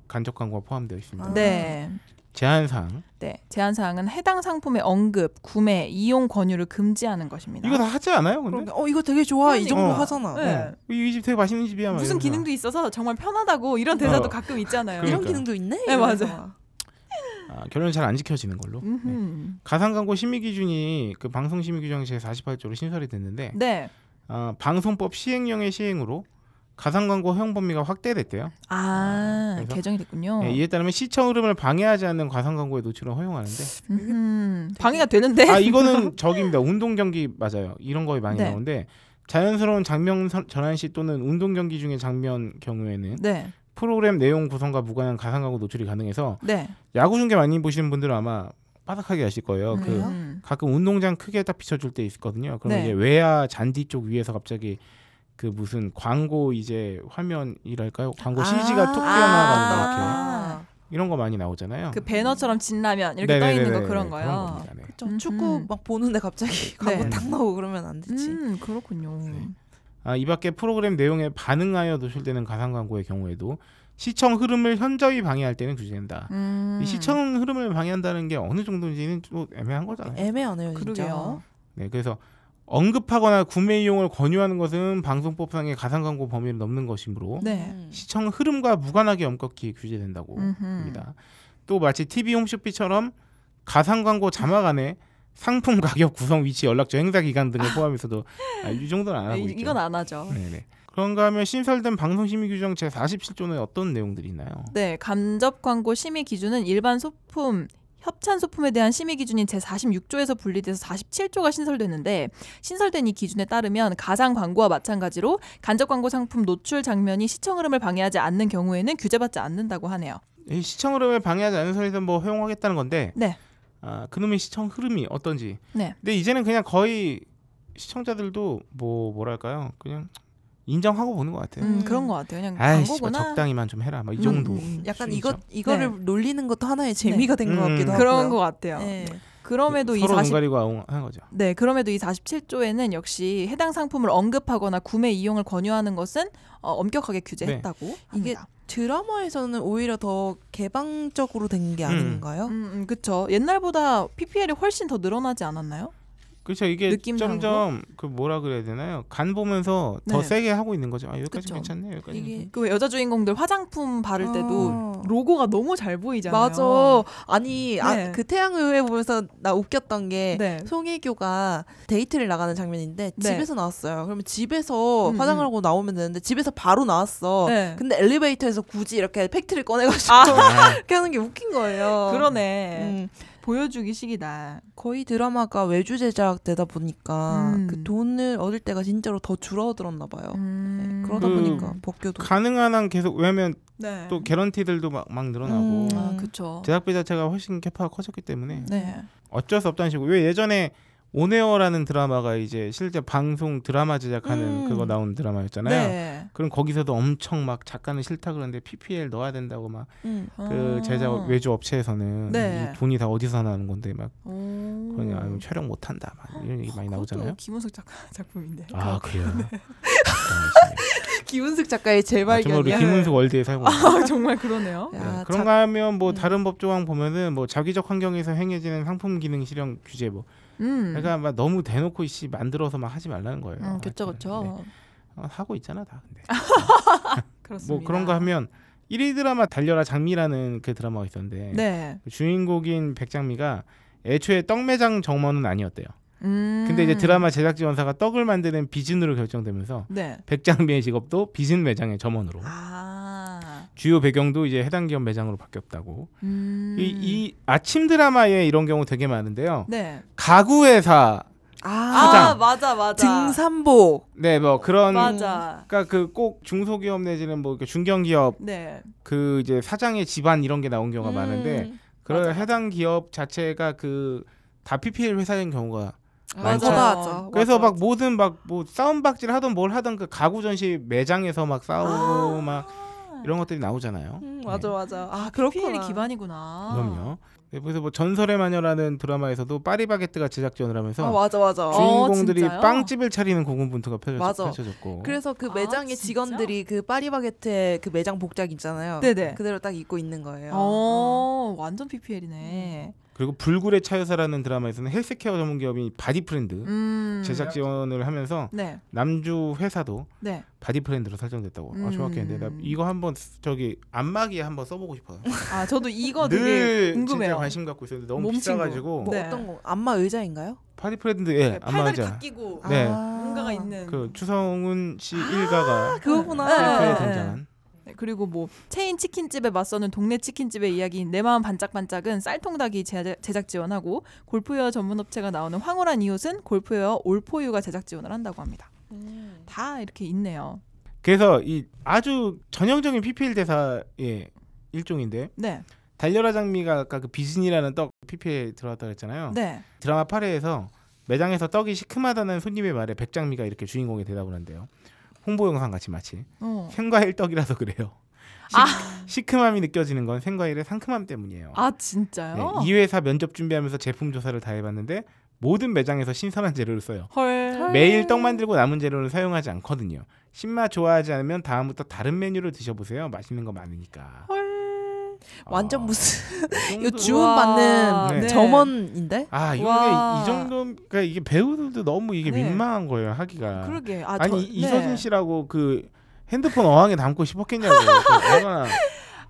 S4: 간접 광고가 포함되어 있습니다.
S5: 네.
S4: 제한 사항.
S5: 네. 제한 사항은 해당 상품의 언급, 구매, 이용 권유를 금지하는 것입니다.
S4: 이거 다 하지 않아요, 근데?
S6: 어 이거 되게 좋아 이 정도
S4: 그러니까.
S6: 하잖아.
S5: 네.
S4: 이 집 되게 맛있는 집이야. 막
S5: 무슨
S4: 이러면서.
S5: 기능도 있어서 정말 편하다고 이런 대사도
S4: 어.
S5: 가끔 있잖아요.
S4: 그러니까.
S6: 이런 기능도 있네.
S5: 네,
S6: 이러면서
S5: 맞아요.
S6: 막.
S4: 아, 결론은 잘 안 지켜지는 걸로. 네.
S5: 음흠.
S4: 가상 광고 심의 기준이 그 방송 심의 규정 제 48조로 신설이 됐는데
S5: 네.
S4: 아, 방송법 시행령의 시행으로 가상 광고 허용 범위가 확대됐대요.
S5: 아,
S4: 그래서?
S5: 개정이 됐군요.
S4: 네, 이에 따르면 시청 흐름을 방해하지 않는 가상 광고의 노출을 허용하는데
S5: 음흠. 방해가 되는데.
S4: 아 이거는 적입니다. 운동 경기 맞아요. 이런 거에 많이
S5: 네.
S4: 나오는데 자연스러운 장면 선- 전환 시 또는 운동 경기 중의 장면 경우에는
S5: 네.
S4: 프로그램 내용 구성과 무관한 가상 광고 노출이 가능해서
S5: 네.
S4: 야구 중계 많이 보시는 분들은 아마 빠삭하게 아실 거예요. 그
S5: 음.
S4: 가끔 운동장 크게 딱 비춰줄 때 있거든요. 그러면
S5: 네.
S4: 이제 외야 잔디 쪽 위에서 갑자기 그 무슨 광고 이제 화면이랄까요? 광고 CG가 툭 튀어나가는 거 이렇게
S5: 아,
S4: 이런 거 많이 나오잖아요.
S5: 그 배너처럼 진라면 이렇게 떠 있는 거
S4: 어. 네네네네,
S5: 그런 거요.
S4: 겁니다. 네.
S6: 저 축구
S5: 음흠. 네.
S6: 막 보는데 갑자기 광고 딱 나오고 그러면 안 되지.
S5: 음, 그렇군요.
S4: 아, 이 밖에 프로그램 내용에 반응하여 노출되는 가상 광고의 경우에도 시청 흐름을 현저히 방해할 때는 규제된다.
S5: 음.
S4: 이 시청 흐름을 방해한다는 게 어느 정도인지는 좀 애매한 거잖아요.
S6: 애매하네요 진짜.
S5: 그러게요.
S4: 네, 그래서 언급하거나 구매 이용을 권유하는 것은 방송법상의 가상 광고 범위를 넘는
S6: 어?
S4: 것이므로
S5: 네.
S6: 음.
S4: 시청 흐름과 무관하게 엄격히 규제된다고
S5: 음흠.
S4: 합니다. 또 마치 TV 홈쇼핑처럼 가상 광고 자막 안에 상품 가격 구성 위치 연락처 행사 기간 등을 포함해서도 아, 이 정도는 안 하고
S5: 이-
S4: 있죠. 음.
S5: 이건 안 하죠.
S4: 네네. 그런가 하면 신설된 방송심의 규정 제 47조는 어떤 내용들이 있나요?
S5: 네, 간접 광고 심의 기준은 일반 소품 협찬 소품에 대한 심의 기준인 제46조에서 분리돼서 47조가 신설됐는데 신설된 이 기준에 따르면 가상 광고와 마찬가지로 간접 광고 상품 노출 장면이 시청 흐름을 방해하지 않는 경우에는 규제받지 않는다고 하네요.
S4: 이 시청 흐름을 방해하지 않는 선에서 뭐 허용하겠다는 건데
S5: 네.
S4: 아, 그놈의 시청 흐름이 어떤지
S5: 네.
S4: 근데 이제는 그냥 거의 시청자들도 뭐 뭐랄까요 그냥 인정하고 보는 것 같아요
S5: 음, 그런 것 같아요. 그냥
S4: 아이 씨발 뭐
S5: 광고구나.
S4: 적당히만 좀 해라 막 이
S6: 음,
S4: 정도
S6: 음. 약간
S4: 수준이죠.
S6: 이거 이거를
S5: 네.
S6: 놀리는 것도 하나의 재미가 된 것
S4: 음.
S6: 같기도 하고.
S5: 그런 것 같아요.
S6: 네.
S5: 그럼에도 이
S4: 서로
S5: 40,
S4: 눈가리고 아웅 한 거죠
S5: 네, 그럼에도 이 47조에는 역시 해당 상품을 언급하거나 구매 이용을 권유하는 것은 어, 엄격하게 규제했다고
S6: 이게
S5: 네. 합니다.
S6: 드라마에서는 오히려 더 개방적으로 된 게
S4: 음.
S6: 아닌가요?
S5: 음, 음, 그쵸. 옛날보다 PPL이 훨씬 더 늘어나지 않았나요?
S4: 그렇죠 이게
S5: 느낌
S4: 점점 그 뭐라 그래야 되나요 간 보면서 더
S5: 네.
S4: 세게 하고 있는 거죠 아 여기까지
S6: 그쵸.
S4: 괜찮네 여기까지
S6: 이게
S5: 그 여자 주인공들 화장품 바를 때도
S6: 아.
S5: 로고가 너무 잘 보이잖아요.
S6: 맞아. 아니
S5: 네.
S6: 아, 그 태양의회 보면서 나 웃겼던 게
S5: 네.
S6: 송혜교가 데이트를 나가는 장면인데
S5: 네.
S6: 집에서 나왔어요. 그러면 집에서
S5: 음,
S6: 화장을
S5: 음.
S6: 하고 나오면 되는데 집에서 바로 나왔어.
S5: 네.
S6: 근데 엘리베이터에서 굳이 이렇게 팩트를 꺼내가지고 이렇게 하는 게 웃긴 거예요.
S5: 아. 그러네.
S6: 음,
S5: 보여주기식이다.
S6: 거의 드라마가 외주 제작되다 보니까
S5: 음.
S6: 그 돈을 얻을 때가 진짜로 더 줄어들었나 봐요. 네,
S5: 음.
S6: 그러다
S4: 그-
S6: 보니까 벗겨도
S4: 가능한 한 계속 왜냐면
S5: 네.
S4: 또 개런티들도 막, 막 늘어나고
S6: 음.
S5: 아, 그쵸.
S4: 제작비 자체가 훨씬 캐파가 커졌기 때문에
S5: 네.
S4: 어쩔 수 없다는 식으로 왜 예전에 온에어라는 드라마가 이제 실제 방송 드라마 제작하는
S6: 음.
S4: 그거 나온 드라마였잖아요.
S5: 네.
S4: 그럼 거기서도 엄청 막 작가는 싫다 그러는데 PPL 넣어야 된다고 막 그
S6: 음.
S5: 아.
S4: 제작 외주 업체에서는
S5: 네.
S4: 이 돈이 다 어디서 나는 건데 막
S5: 오.
S4: 그러냐 아니면 촬영 못 한다 막 이런 얘기 많이 나오잖아요.
S5: 그것도 김은숙 작가 작품인데.
S4: 아 그래요.
S6: 김은숙 작가의
S4: 아, 정말 우리
S6: 재발견이야.
S4: 김은숙 월드에 살고 있는
S5: 예. 아, 정말 그러네요.
S4: 네,
S6: 야, 자-
S4: 그런가 하면 뭐
S6: 음.
S4: 다른 법조항 보면은 뭐 자기적 환경에서 행해지는 상품 기능 실현 규제 뭐
S5: 음.
S4: 그러니까 막 너무 대놓고 씨 만들어서 막 하지 말라는 거예요.
S5: 음, 그쵸,
S4: 하여튼. 네.
S5: 그쵸.
S4: 어, 하고 있잖아 다 근데
S5: 그렇습니다.
S4: 뭐 그런 거 하면 1위 드라마 달려라 장미라는 그 드라마가 있었는데
S5: 네.
S4: 그 주인공인 백장미가 애초에 떡매장 정원은 아니었대요.
S5: 음.
S4: 근데 이제 드라마 제작 지원사가 떡을 만드는 비진으로 결정되면서
S5: 네.
S4: 백장미의 직업도 비진 매장의 점원으로
S5: 아.
S4: 주요 배경도 이제 해당 기업 매장으로 바뀌었다고.
S5: 음.
S4: 이, 이 아침 드라마에 이런 경우 되게 많은데요.
S5: 네.
S4: 가구 회사
S5: 아,
S4: 사장.
S5: 맞아 맞아.
S6: 등산복.
S4: 네 뭐 그런
S5: 맞아.
S4: 그러니까 그 꼭 중소기업 내지는 뭐 이렇게 중견기업
S5: 네.
S4: 그 이제 사장의 집안 이런 게 나온 경우가
S6: 음.
S4: 많은데 그런 해당 기업 자체가 그 다 PPL 회사인 경우가 많죠.
S6: 맞아, 맞아.
S4: 그래서
S6: 맞아,
S4: 막 모든 막 뭐 싸움박질 하던 뭘 하던 그 가구 전시 매장에서 막 싸우고 막 이런 것들이 나오잖아요.
S6: 아.
S4: 네.
S6: 음, 맞아 맞아. 아
S5: PPL이
S6: 그렇구나.
S5: 기반이구나.
S4: 그럼요. 네, 그래서 뭐 전설의 마녀라는 드라마에서도 파리바게뜨가 제작 지원을 하면서
S6: 아 맞아 맞아.
S4: 주인공들이
S5: 어, 진짜요?
S4: 빵집을 차리는 고군분투가 펼쳐졌,
S6: 맞아.
S4: 펼쳐졌고
S6: 그래서 그
S5: 아,
S6: 매장의
S5: 진짜?
S6: 직원들이 그 파리바게트의 그 매장 복장 있잖아요.
S5: 네네.
S6: 그대로 딱 입고 있는 거예요.
S5: 어, 완전 PPL이네.
S4: 그리고 불굴의 차여사라는 드라마에서는 헬스케어 전문 기업인 바디프렌드
S5: 음.
S4: 제작 지원을 하면서
S5: 네.
S4: 남주 회사도
S5: 네.
S4: 바디프렌드로 설정됐다고 아 정확했는데 나
S5: 음.
S4: 이거 한번 쓰- 저기 안마기에 한번 써보고 싶어요.
S5: 아, 저도 이거 되게
S4: 늘
S5: 궁금해요.
S4: 진짜 관심 갖고 있었는데 너무
S5: 몸 친구.
S4: 비싸가지고
S6: 뭐
S5: 네.
S6: 어떤 거? 안마 의자인가요?
S4: 바디프렌드 예
S5: 네, 팔다리 다
S4: 안마자
S5: 끼고
S4: 네.
S6: 아,
S5: 뭔가가 있는.
S4: 그 추성훈 씨
S5: 아.
S4: 일가가
S5: 네,
S4: 에
S5: 네,
S6: 그거구나.
S5: 네.
S4: 등장한
S5: 네, 그리고 뭐 체인 치킨집에 맞서는 동네 치킨집의 이야기인 내 마음 반짝반짝은 쌀통닭이 제작, 제작 지원하고 골프웨어 전문 업체가 나오는 황홀한 이웃은 골프웨어 올포유가 제작 지원을 한다고 합니다. 다 이렇게 있네요.
S4: 그래서 이 아주 전형적인 PPL 대사의 일종인데
S5: 네,
S4: 달려라 장미가 아까 그 비신이라는 떡 PPL에 들어왔다 그랬잖아요.
S5: 네.
S4: 드라마 8회에서 매장에서 떡이 시큼하다는 손님의 말에 백장미가 이렇게 주인공이 대답을 한대요. 홍보 영상 같이 마치
S5: 어.
S4: 생과일 떡이라서 그래요. 시,
S5: 아.
S4: 시큼함이 느껴지는 건 생과일의 상큼함 때문이에요.
S5: 아
S4: 네,
S5: 진짜요?
S4: 이 회사 면접 준비하면서 제품 조사를 다 해봤는데 모든 매장에서 신선한 재료를 써요.
S5: 헐.
S4: 매일 떡 만들고 남은 재료를 사용하지 않거든요. 신맛 좋아하지 않으면 다음부터 다른 메뉴를 드셔보세요. 맛있는 거 많으니까.
S5: 헐.
S6: 완전
S4: 어,
S6: 무슨
S4: 이 정도-
S5: 음.
S6: 이거 주문받는
S4: 네.
S6: 점원인데?
S4: 아 이게
S5: 와.
S4: 이 정도 그러니까 이게 배우들도 너무 이게
S5: 네.
S4: 민망한 거예요 하기가.
S5: 그러게. 아,
S4: 아, 니
S5: 저-
S4: 이서진
S5: 네.
S4: 씨라고 그 핸드폰 어항에 담고 싶었겠냐고. 그 얼마나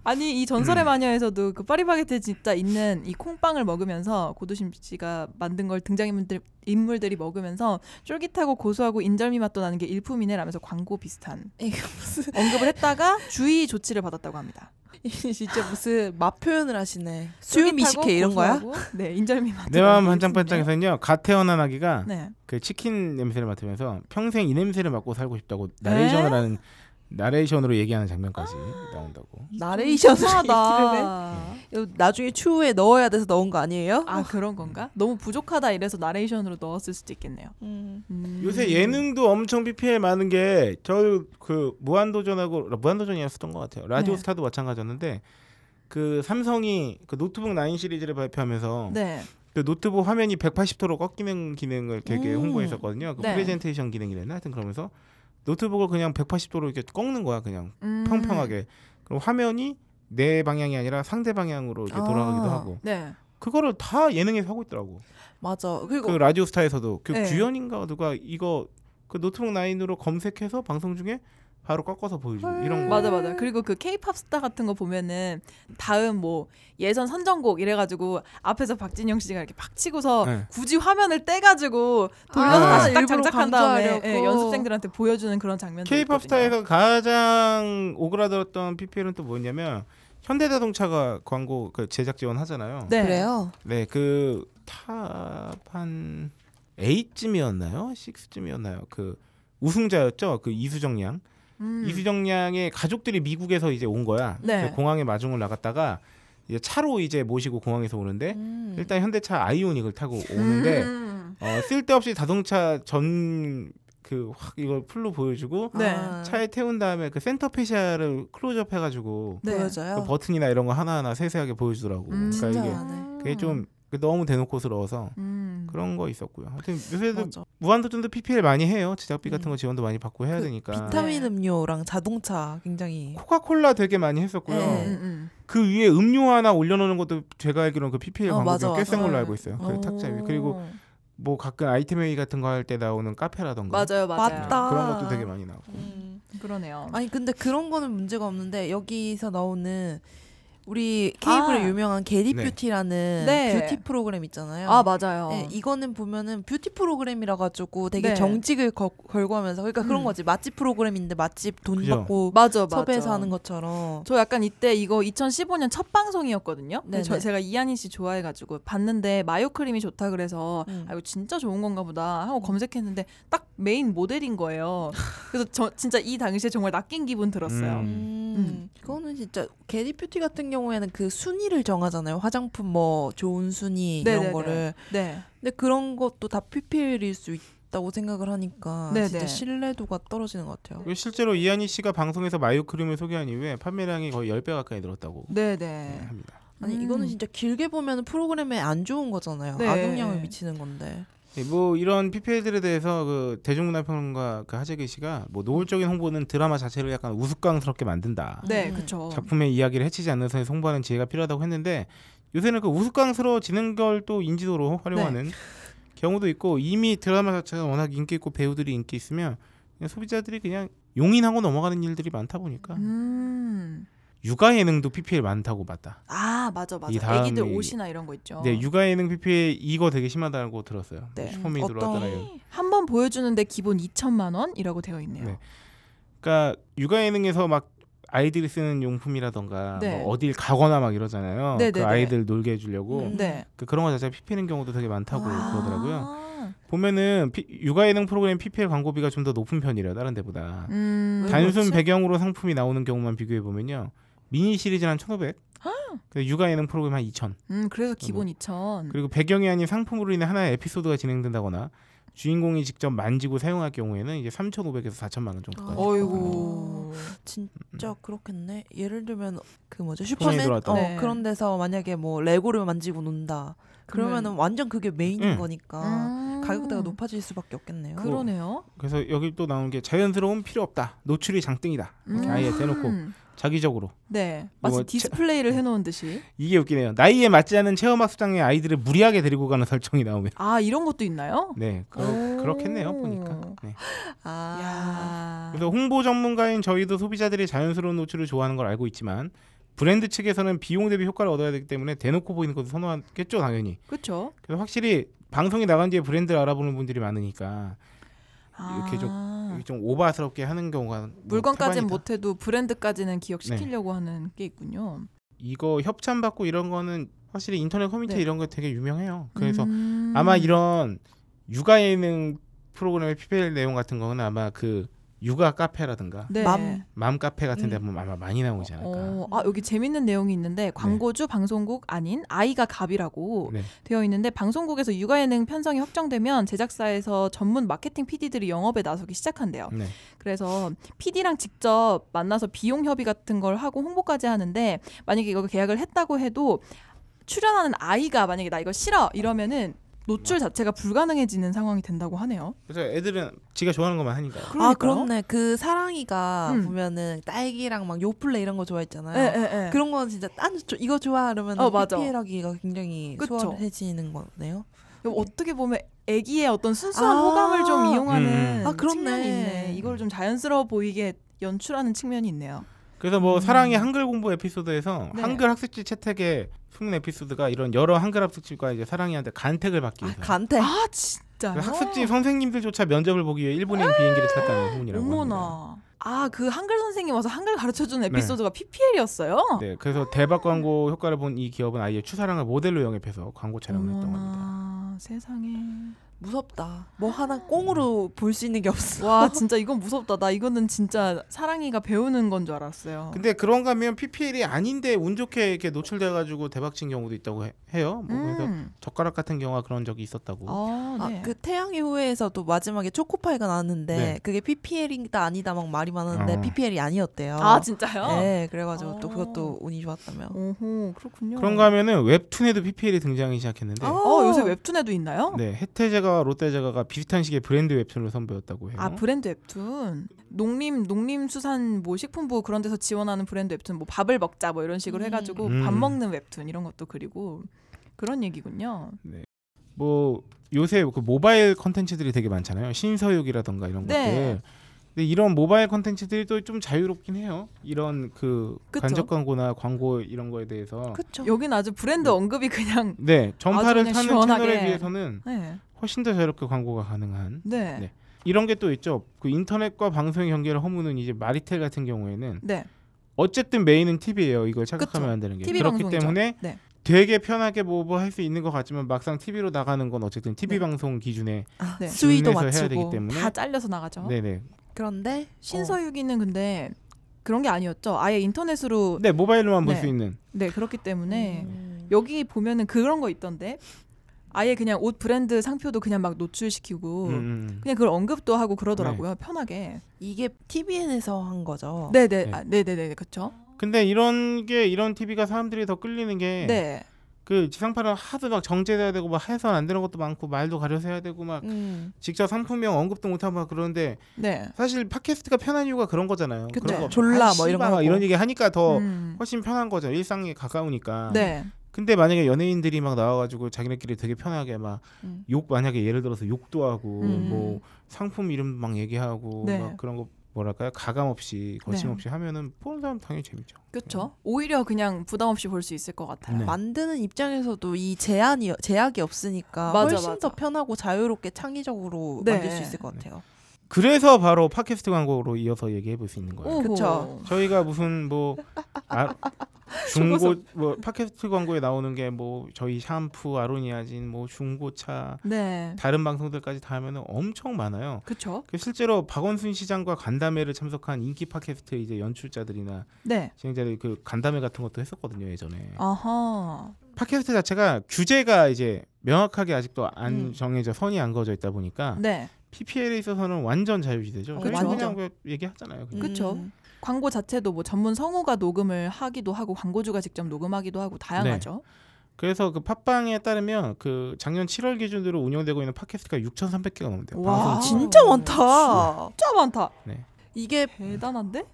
S5: 아니 이 전설의 마녀에서도 그 파리바게트 진짜 있는 이 콩빵을 먹으면서 고두심 씨가 만든 걸 등장인물들 인물들이 먹으면서 쫄깃하고 고소하고 인절미 맛도 나는 게 일품이네라면서 광고 비슷한
S6: 이거 무슨
S5: 언급을 했다가 주의 조치를 받았다고 합니다.
S6: 진짜 무슨 맛 표현을 하시네. 수요미식회 이런 거야?
S5: 고소하고, 네 인절미 맛.
S4: 내 마음 반짝반짝해서는요 가태어난 아기가
S5: 네.
S4: 그 치킨 냄새를 맡으면서 평생 이 냄새를 맡고 살고 싶다고 나레이션을
S5: 에?
S4: 하는 나레이션으로 얘기하는 장면까지 나온다고.
S6: 나레이션을 얘기를 해?
S5: 이상하다.
S6: 이거 나중에 추후에 넣어야 돼서 넣은 거 아니에요?
S5: 아 그런 건가? 너무 부족하다 이래서 나레이션으로 넣었을 수도 있겠네요.
S6: 음.
S5: 음.
S4: 요새 예능도 엄청 PPL 많은 게 저 그 무한도전하고 무한도전이었었던 것 같아요.
S5: 네.
S4: 라디오스타도 마찬가지였는데 그 삼성이 그 노트북 9 시리즈를 발표하면서
S5: 네.
S4: 그 노트북 화면이 180도로 꺾이는 기능을 되게
S5: 음.
S4: 홍보했었거든요. 그
S5: 네.
S4: 프레젠테이션 기능이랬나 하여튼 그러면서 노트북을 그냥 180도로 이렇게 꺾는 거야 그냥
S5: 음.
S4: 평평하게. 그럼 화면이 내 방향이 아니라 상대 방향으로 이렇게
S6: 아.
S4: 돌아가기도 하고
S5: 네.
S4: 그거를 다 예능에서 하고 있더라고.
S6: 맞아.
S4: 그
S6: 그리고
S4: 라디오스타에서도 그
S5: 네.
S4: 규현인가 누가 이거 그 노트북 9으로 검색해서 방송 중에 바로 꺾어서 보여주고 이런 거.
S5: 네. 맞아 맞아. 그리고 그 케이팝 스타 같은 거 보면은 다음 뭐 예선 선정곡 이래 가지고 앞에서 박진영 씨가 이렇게 팍 치고서
S4: 네.
S5: 굳이 화면을 떼 가지고 돌려서
S4: 아,
S5: 다시 딱
S6: 일부러
S5: 장착한 다음에
S6: 강조하려고. 네.
S5: 예, 연습생들한테 보여주는 그런 장면들
S4: K-팝 스타에서 가장 오그라들었던 PPL은 또 뭐냐면 현대자동차가 광고 그 제작 지원 하잖아요.
S5: 네.
S6: 그래요.
S4: 네, 그 탑한 8쯤이었나요? 6쯤이었나요? 그 우승자였죠. 그 이수정 양.
S5: 음.
S4: 이수정 양의 가족들이 미국에서 이제 온 거야.
S5: 네.
S4: 그래서 공항에 마중을 나갔다가 이제 차로 이제 모시고 공항에서 오는데 일단 현대차 아이오닉을 타고 오는데
S5: 음.
S4: 어, 쓸데없이 자동차 전 그 확 이걸 풀로 보여주고
S5: 네.
S6: 아,
S4: 차에 태운 다음에 그 센터 페시아를 클로즈업 해가지고
S5: 네.
S6: 보여줘요.
S4: 그 버튼이나 이런 거 하나하나 세세하게 보여주더라고. 그러니까
S5: 음.
S6: 아. 진짜
S4: 이게
S6: 많네.
S4: 그게 좀 그렇죠. 너무 대놓고스러워서
S5: 음.
S4: 그런 거 있었고요. 하여튼 요새도
S6: 맞아.
S4: 무한도전도 PPL 많이 해요. 제작비 같은
S6: 음.
S4: 거 지원도 많이 받고 해야
S6: 그
S4: 되니까.
S6: 비타민
S5: 네.
S6: 음료랑 자동차 굉장히
S4: 코카콜라 되게 많이 했었고요.
S5: 음,
S6: 네.
S5: 음.
S4: 그 위에 음료 하나 올려놓는 것도 제가 알기로는 그 PPL
S6: 어,
S4: 광고
S6: 맞아,
S4: 중에 꽤센
S6: 맞아.
S4: 걸로 알고 있어요. 그 탁자 위에 그리고 뭐 가끔 아이템 회의 같은 거 할 때 나오는 카페라던가 네,
S5: 맞아요, 맞아요.
S6: 맞다.
S4: 그런 것도 되게 많이 나오고
S6: 음.
S5: 그러네요.
S6: 아니 근데 그런 거는 문제가 없는데 여기서 나오는 우리 케이블의
S5: 아.
S6: 유명한 게리
S5: 네.
S6: 뷰티라는
S5: 네.
S6: 뷰티 프로그램 있잖아요.
S5: 아, 맞아요.
S4: 예,
S6: 네, 이거는 보면은 뷰티 프로그램이라 가지고 되게
S5: 네.
S6: 정직을 거- 걸고 하면서 그러니까 그런
S5: 음.
S6: 거지 맛집 프로그램인데 맛집 돈
S5: 그죠.
S6: 받고
S5: 맞아, 맞아.
S6: 섭외해서 하는 것처럼
S5: 저 약간 이때 이거 2015년 첫 방송이었거든요. 근데 저,
S6: 네네.
S5: 제가 이한희 씨 좋아해가지고 봤는데 마요 크림이 좋다 그래서
S6: 음.
S5: 아 이거 진짜 좋은 건가 보다 하고 검색했는데 딱 메인 모델인 거예요. 그래서 저 진짜 이 당시에 정말 낚인 기분 들었어요.
S6: 음. 그거는 진짜 게리 뷰티 같은 경우에는 그 순위를 정하잖아요. 화장품 뭐 좋은 순위
S5: 네네네.
S6: 이런 거를.
S5: 네.
S6: 근데 그런 것도 다 PPL일 수 있다고 생각을 하니까
S5: 네네.
S6: 진짜 신뢰도가 떨어지는 것 같아요.
S4: 그리고 실제로 이한희 씨가 방송에서 마요 크림을 소개한 이후에 판매량이 거의 10배 가까이 늘었다고.
S6: 네네.
S5: 음.
S6: 아니 이거는 진짜 길게 보면 프로그램에 안 좋은 거잖아요.
S4: 네.
S6: 악영향을 미치는 건데.
S4: 네, 뭐 이런 PPL들에 대해서 그 대중문화평론가 그 하재기 씨가 뭐 노골적인 홍보는 드라마 자체를 약간 우스꽝스럽게 만든다.
S5: 네,
S6: 음.
S5: 그쵸.
S4: 작품의 이야기를 해치지 않는 선에서 홍보하는 지혜가 필요하다고 했는데 요새는 그 우스꽝스러워지는 걸 또 인지도로 활용하는 경우도 있고 이미 드라마 자체가 워낙 인기 있고 배우들이 인기 있으면 그냥 소비자들이 그냥 용인하고 넘어가는 일들이 많다 보니까
S5: 음.
S4: 육아 예능도 PPL 많다고 봤다.
S5: 아 맞아
S4: 이
S5: 맞아.
S4: 다음이-
S5: 애기들 옷이나 이런 거 있죠.
S4: 네, 육아 예능 PPL 이거 되게 심하다고 들었어요. 펌이 들어왔더라 이런.
S5: 한 번 보여주는데 기본 2천만 원이라고 되어 있네요.
S4: 네. 그러니까 육아 예능에서 막 아이들이 쓰는 용품이라던가
S5: 네.
S4: 뭐 어딜 가거나 막 이러잖아요.
S5: 네, 네,
S4: 그
S5: 네.
S4: 아이들 놀게 해주려고
S5: 음, 아. 네.
S4: 그 그런 거 자체 PP는 경우도 되게 많다고
S5: 아.
S4: 그러더라고요. 보면은 피- 육아 예능 프로그램 PPL 광고비가 좀 더 높은 편이래요. 다른 데보다.
S5: 음, 왜
S4: 단순
S5: 그렇지?
S4: 배경으로 상품이 나오는 경우만 비교해 보면요. 미니 시리즈는 한 1,500. 근데 육아 예능 프로그램 한 2,000.
S5: 음 그래서 기본 2천.
S4: 그리고 배경이 아닌 상품으로 인해 하나의 에피소드가 진행된다거나 주인공이 직접 만지고 사용할 경우에는 이제 3,500에서 4,000만 원 정도까지.
S5: 음.
S6: 어이구.
S4: 음.
S6: 진짜 그렇겠네. 예를 들면 그 뭐죠?
S4: 슈퍼맨이
S6: 슈퍼맨
S4: 들어왔다.
S6: 어,
S4: 네.
S6: 그런 데서 만약에 뭐 레고를 만지고 논다. 그러면은
S5: 그러면- 음.
S6: 완전 그게 메인인
S4: 응.
S6: 거니까
S5: 아,
S6: 가격대가 높아질 수밖에 없겠네요. 뭐.
S5: 그러네요.
S4: 그래서 여기 또 나오는 게 자연스러운 필요 없다. 노출이 장땡이다. 이렇게
S5: 음.
S4: 아예 대놓고 자기적으로.
S5: 네. 마치
S4: 뭐
S5: 디스플레이를 해놓은 듯이.
S4: 이게 웃기네요. 나이에 맞지 않은 체험학습장에 아이들을 무리하게 데리고 가는 설정이 나오면.
S5: 아 이런 것도 있나요?
S4: 네, 그러, 그렇겠네요 보니까. 네.
S5: 아.
S4: 그래서 홍보 전문가인 저희도 소비자들이 자연스러운 노출을 좋아하는 걸 알고 있지만 브랜드 측에서는 비용 대비 효과를 얻어야 되기 때문에 대놓고 보이는 것을 선호하겠죠 당연히.
S5: 그렇죠.
S4: 그래서 확실히 방송이 나간 뒤에 브랜드를 알아보는 분들이 많으니까 아. 이렇게
S5: 아.
S4: 좀, 좀 오바스럽게 하는 경우가 뭐
S5: 음.
S4: 태반이다.
S5: 물건까지는
S4: 네.
S5: 못해도 브랜드까지는 기억시키려고 하는 게 있군요.
S4: 이거 협찬 받고 이런 거는 확실히 인터넷 커뮤니티
S5: 네. 음.
S4: 이런 거 되게 유명해요. 그래서 아마 이런 육아 예능 프로그램의 PPL 내용 같은 거는 아마 그 육아 카페라든가
S5: 네. 맘.
S4: 맘 카페 같은 데
S5: 음.
S4: 보면 아마 많이 나오지 않을까.
S5: 어, 아 여기 재밌는 내용이 있는데 광고주 방송국 아닌 아이가 갑이라고
S4: 네.
S5: 되어 있는데 방송국에서 육아 예능 편성이 확정되면 제작사에서 전문 마케팅 PD들이 영업에 나서기 시작한대요.
S4: 네.
S5: 그래서 PD랑 직접 만나서 비용 협의 같은 걸 하고 홍보까지 하는데 만약에 이거 계약을 했다고 해도 출연하는 아이가 만약에 나 이거 싫어 이러면은 노출 자체가 불가능해지는 상황이 된다고 하네요.
S4: 그래서 애들은 지가 좋아하는 것만 하니까.
S6: 아 그렇네. 그 사랑이가
S5: 음.
S6: 보면은 딸기랑 막 요플레 이런 거 좋아했잖아요.
S5: 예, 예, 예.
S6: 그런 건 진짜 딴 조- 이거 좋아 그러면
S5: 어, 맞아.
S6: PPL하기가 굉장히
S5: 그쵸.
S6: 수월해지는 거네요.
S5: 그럼 어떻게 보면 애기의 어떤 순수한
S6: 아.
S5: 호감을 좀 이용하는
S4: 음.
S6: 아, 그렇네.
S5: 측면이 있네. 이걸 좀 자연스러워 보이게 연출하는 측면이 있네요.
S4: 그래서 뭐 사랑의 한글 공부 에피소드에서
S5: 음. 네.
S4: 한글 학습지 채택에 숨은 에피소드가 이런 여러 한글 학습지가 이제 사랑이한테 간택을 받기 위해서
S6: 간택.
S5: 아 진짜.
S4: 그래서 학습지 선생님들조차 면접을 보기 위해 일본행 비행기를 탔다는 소문이라고 합니다.
S5: 아. 어머나. 아 그 한글 선생님 와서 한글 가르쳐주는
S4: 네.
S5: 에피소드가 PPL이었어요.
S4: 네, 그래서 대박 광고 효과를 본 이 기업은 아예 추사랑을 모델로 영입해서 광고 촬영을 했던 겁니다.
S5: 아 세상에.
S6: 무섭다. 뭐 하나 꽁으로
S4: 음.
S6: 볼 수 있는 게 없어.
S5: 와 진짜 이건 무섭다. 나 이거는 진짜 사랑이가 배우는 건 줄 알았어요.
S4: 근데 그런가 하면 PPL이 아닌데 운 좋게 이렇게 노출돼 가지고 대박친 경우도 있다고 해, 요뭐 그래서
S5: 음.
S4: 젓가락 같은 경우가 그런 적이 있었다고.
S5: 아,
S6: 아, 그 태양의 후예에서도 마지막에 초코파이가 나왔는데
S4: 네.
S6: 그게 PPL이다 아니다 막 말이 많았는데
S4: 어.
S6: PPL이 아니었대요.
S5: 아, 진짜요? 어.
S6: 네, 그래가지고 또 그것도 운이 좋았다며.
S5: 오호 그렇군요.
S4: 그런가 하면은 웹툰에도 PPL이 등장하기
S6: 아,
S4: 시작했는데
S5: 어 요새 웹툰에도 있나요?
S4: 네, 해태제가 롯데제가가 비슷한 식의 브랜드 웹툰을 선보였다고 해요.
S5: 아 브랜드 웹툰 농림 농림수산 뭐 식품부 그런 데서 지원하는 브랜드 웹툰 뭐 밥을 먹자 뭐 이런 식으로 해가지고
S4: 음.
S5: 밥 먹는 웹툰 이런 것도 그리고 그런 얘기군요.
S4: 뭐 요새 그 모바일 컨텐츠들이 되게 많잖아요. 신서유기라던가 이런
S5: 네.
S4: 것들. 근데 이런 모바일 콘텐츠들이 또 좀 자유롭긴 해요. 이런 그
S5: 그쵸.
S4: 간접 광고나 광고 이런 거에 대해서.
S5: 그렇죠. 여긴 아주 브랜드 언급이 그냥
S4: 네, 전파를
S5: 아주 그냥
S4: 타는
S5: 시원하게.
S4: 채널에 비해서는
S5: 네.
S4: 훨씬 더 자유롭게 광고가 가능한.
S5: 네.
S4: 이런 게 또 있죠. 그 인터넷과 방송의 경계를 허무는 이제 마리텔 같은 경우에는
S5: 네.
S4: 어쨌든 메인은 TV예요. 이걸 착각하면 안 되는 게.
S5: TV
S4: 그렇기
S5: 방송이죠.
S4: 때문에
S5: 네.
S4: 되게 편하게 뭐 뭐 할 수 있는 것 같지만 막상 TV로 나가는 건 어쨌든 TV
S5: 네.
S4: 방송 기준에
S6: 아,
S5: 네.
S4: 수위도 해야 맞추고 되기 때문에.
S5: 다 잘려서 나가죠.
S4: 네네.
S5: 그런데 신서유기는 근데 그런 게 아니었죠. 아예 인터넷으로
S4: 네 모바일로만 볼
S5: 네.
S4: 수 있는.
S5: 네 그렇기
S6: 음.
S5: 때문에 여기 보면은 그런 거 있던데 아예 그냥 옷 브랜드 상표도 그냥 막 노출시키고
S4: 음, 음.
S5: 그냥 그걸 언급도 하고 그러더라고요 편하게
S6: 이게 TVN에서 한 거죠.
S5: 네네 아, 네네네 그렇죠
S4: 근데 이런 게 이런 TV가 사람들이 더 끌리는 게.
S5: 네.
S4: 그 지상파는 하도 막 정제돼야 되고 막 해선 안 되는 것도 많고 말도 가려서 해야 되고 막
S6: 음.
S4: 직접 상품명 언급도 못하고 막 그러는데
S5: 네.
S4: 사실 팟캐스트가 편한 이유가 그런 거잖아요.
S5: 그쵸.
S4: 그런 거
S5: 졸라
S4: 아,
S5: 뭐 이런
S4: 씨발
S5: 거 하고.
S4: 이런 얘기 하니까 더
S5: 음.
S4: 훨씬 편한 거죠. 일상에 가까우니까.
S5: 네.
S4: 근데 만약에 연예인들이 막 나와가지고 자기네끼리 되게 편하게 막 욕
S5: 음.
S4: 만약에 예를 들어서 욕도 하고
S5: 음.
S4: 뭐 상품 이름 막 얘기하고
S5: 네.
S4: 막 그런 거 뭐랄까요 가감 없이 거침없이 하면은 보는 사람 당연히 재밌죠.
S5: 그렇죠 오히려 그냥 부담 없이 볼 수 있을 것 같아요
S4: 네.
S6: 만드는 입장에서도 이 제한이 제약이 없으니까
S5: 맞아,
S6: 훨씬
S5: 맞아.
S6: 더 편하고 자유롭게 창의적으로
S5: 네.
S6: 만들 수 있을 것 같아요.
S4: 그래서 바로 팟캐스트 광고로 이어서 얘기해 볼 수 있는 거예요.
S6: 오호. 그쵸.
S4: 저희가 무슨 뭐 아, 중고 뭐 팟캐스트 광고에 나오는 게 뭐 저희 샴푸, 아로니아진, 뭐 중고차,
S5: 네.
S4: 다른 방송들까지 다 하면은 엄청 많아요.
S5: 그쵸.
S4: 그 실제로 박원순 시장과 간담회를 참석한 인기 팟캐스트 이제 연출자들이나
S5: 네.
S4: 진행자들이 그 간담회 같은 것도 했었거든요 예전에.
S5: 어. 아하
S4: 팟캐스트 자체가 규제가 이제 명확하게 아직도 안 정해져 선이 안 그어져 있다 보니까
S5: 네
S4: PPL에 있어서는 완전 자유시대죠.
S5: 그쵸.
S4: 저희는 그냥 그 얘기하잖아요.
S6: 음.
S4: 그냥.
S5: 그렇죠 광고 자체도 뭐 전문 성우가 녹음을 하기도 하고 광고주가 직접 녹음하기도 하고 다양하죠
S4: 그래서 그 팟빵에 따르면 그 작년 7월 기준으로 운영되고 있는 팟캐스트가 6,300개가 넘는데요.
S5: 아,
S6: 와
S4: 방송-
S6: 아,
S5: 음.
S6: 진짜 많다.
S5: 진짜 많다.
S4: 네.
S6: 이게
S5: 대단한데?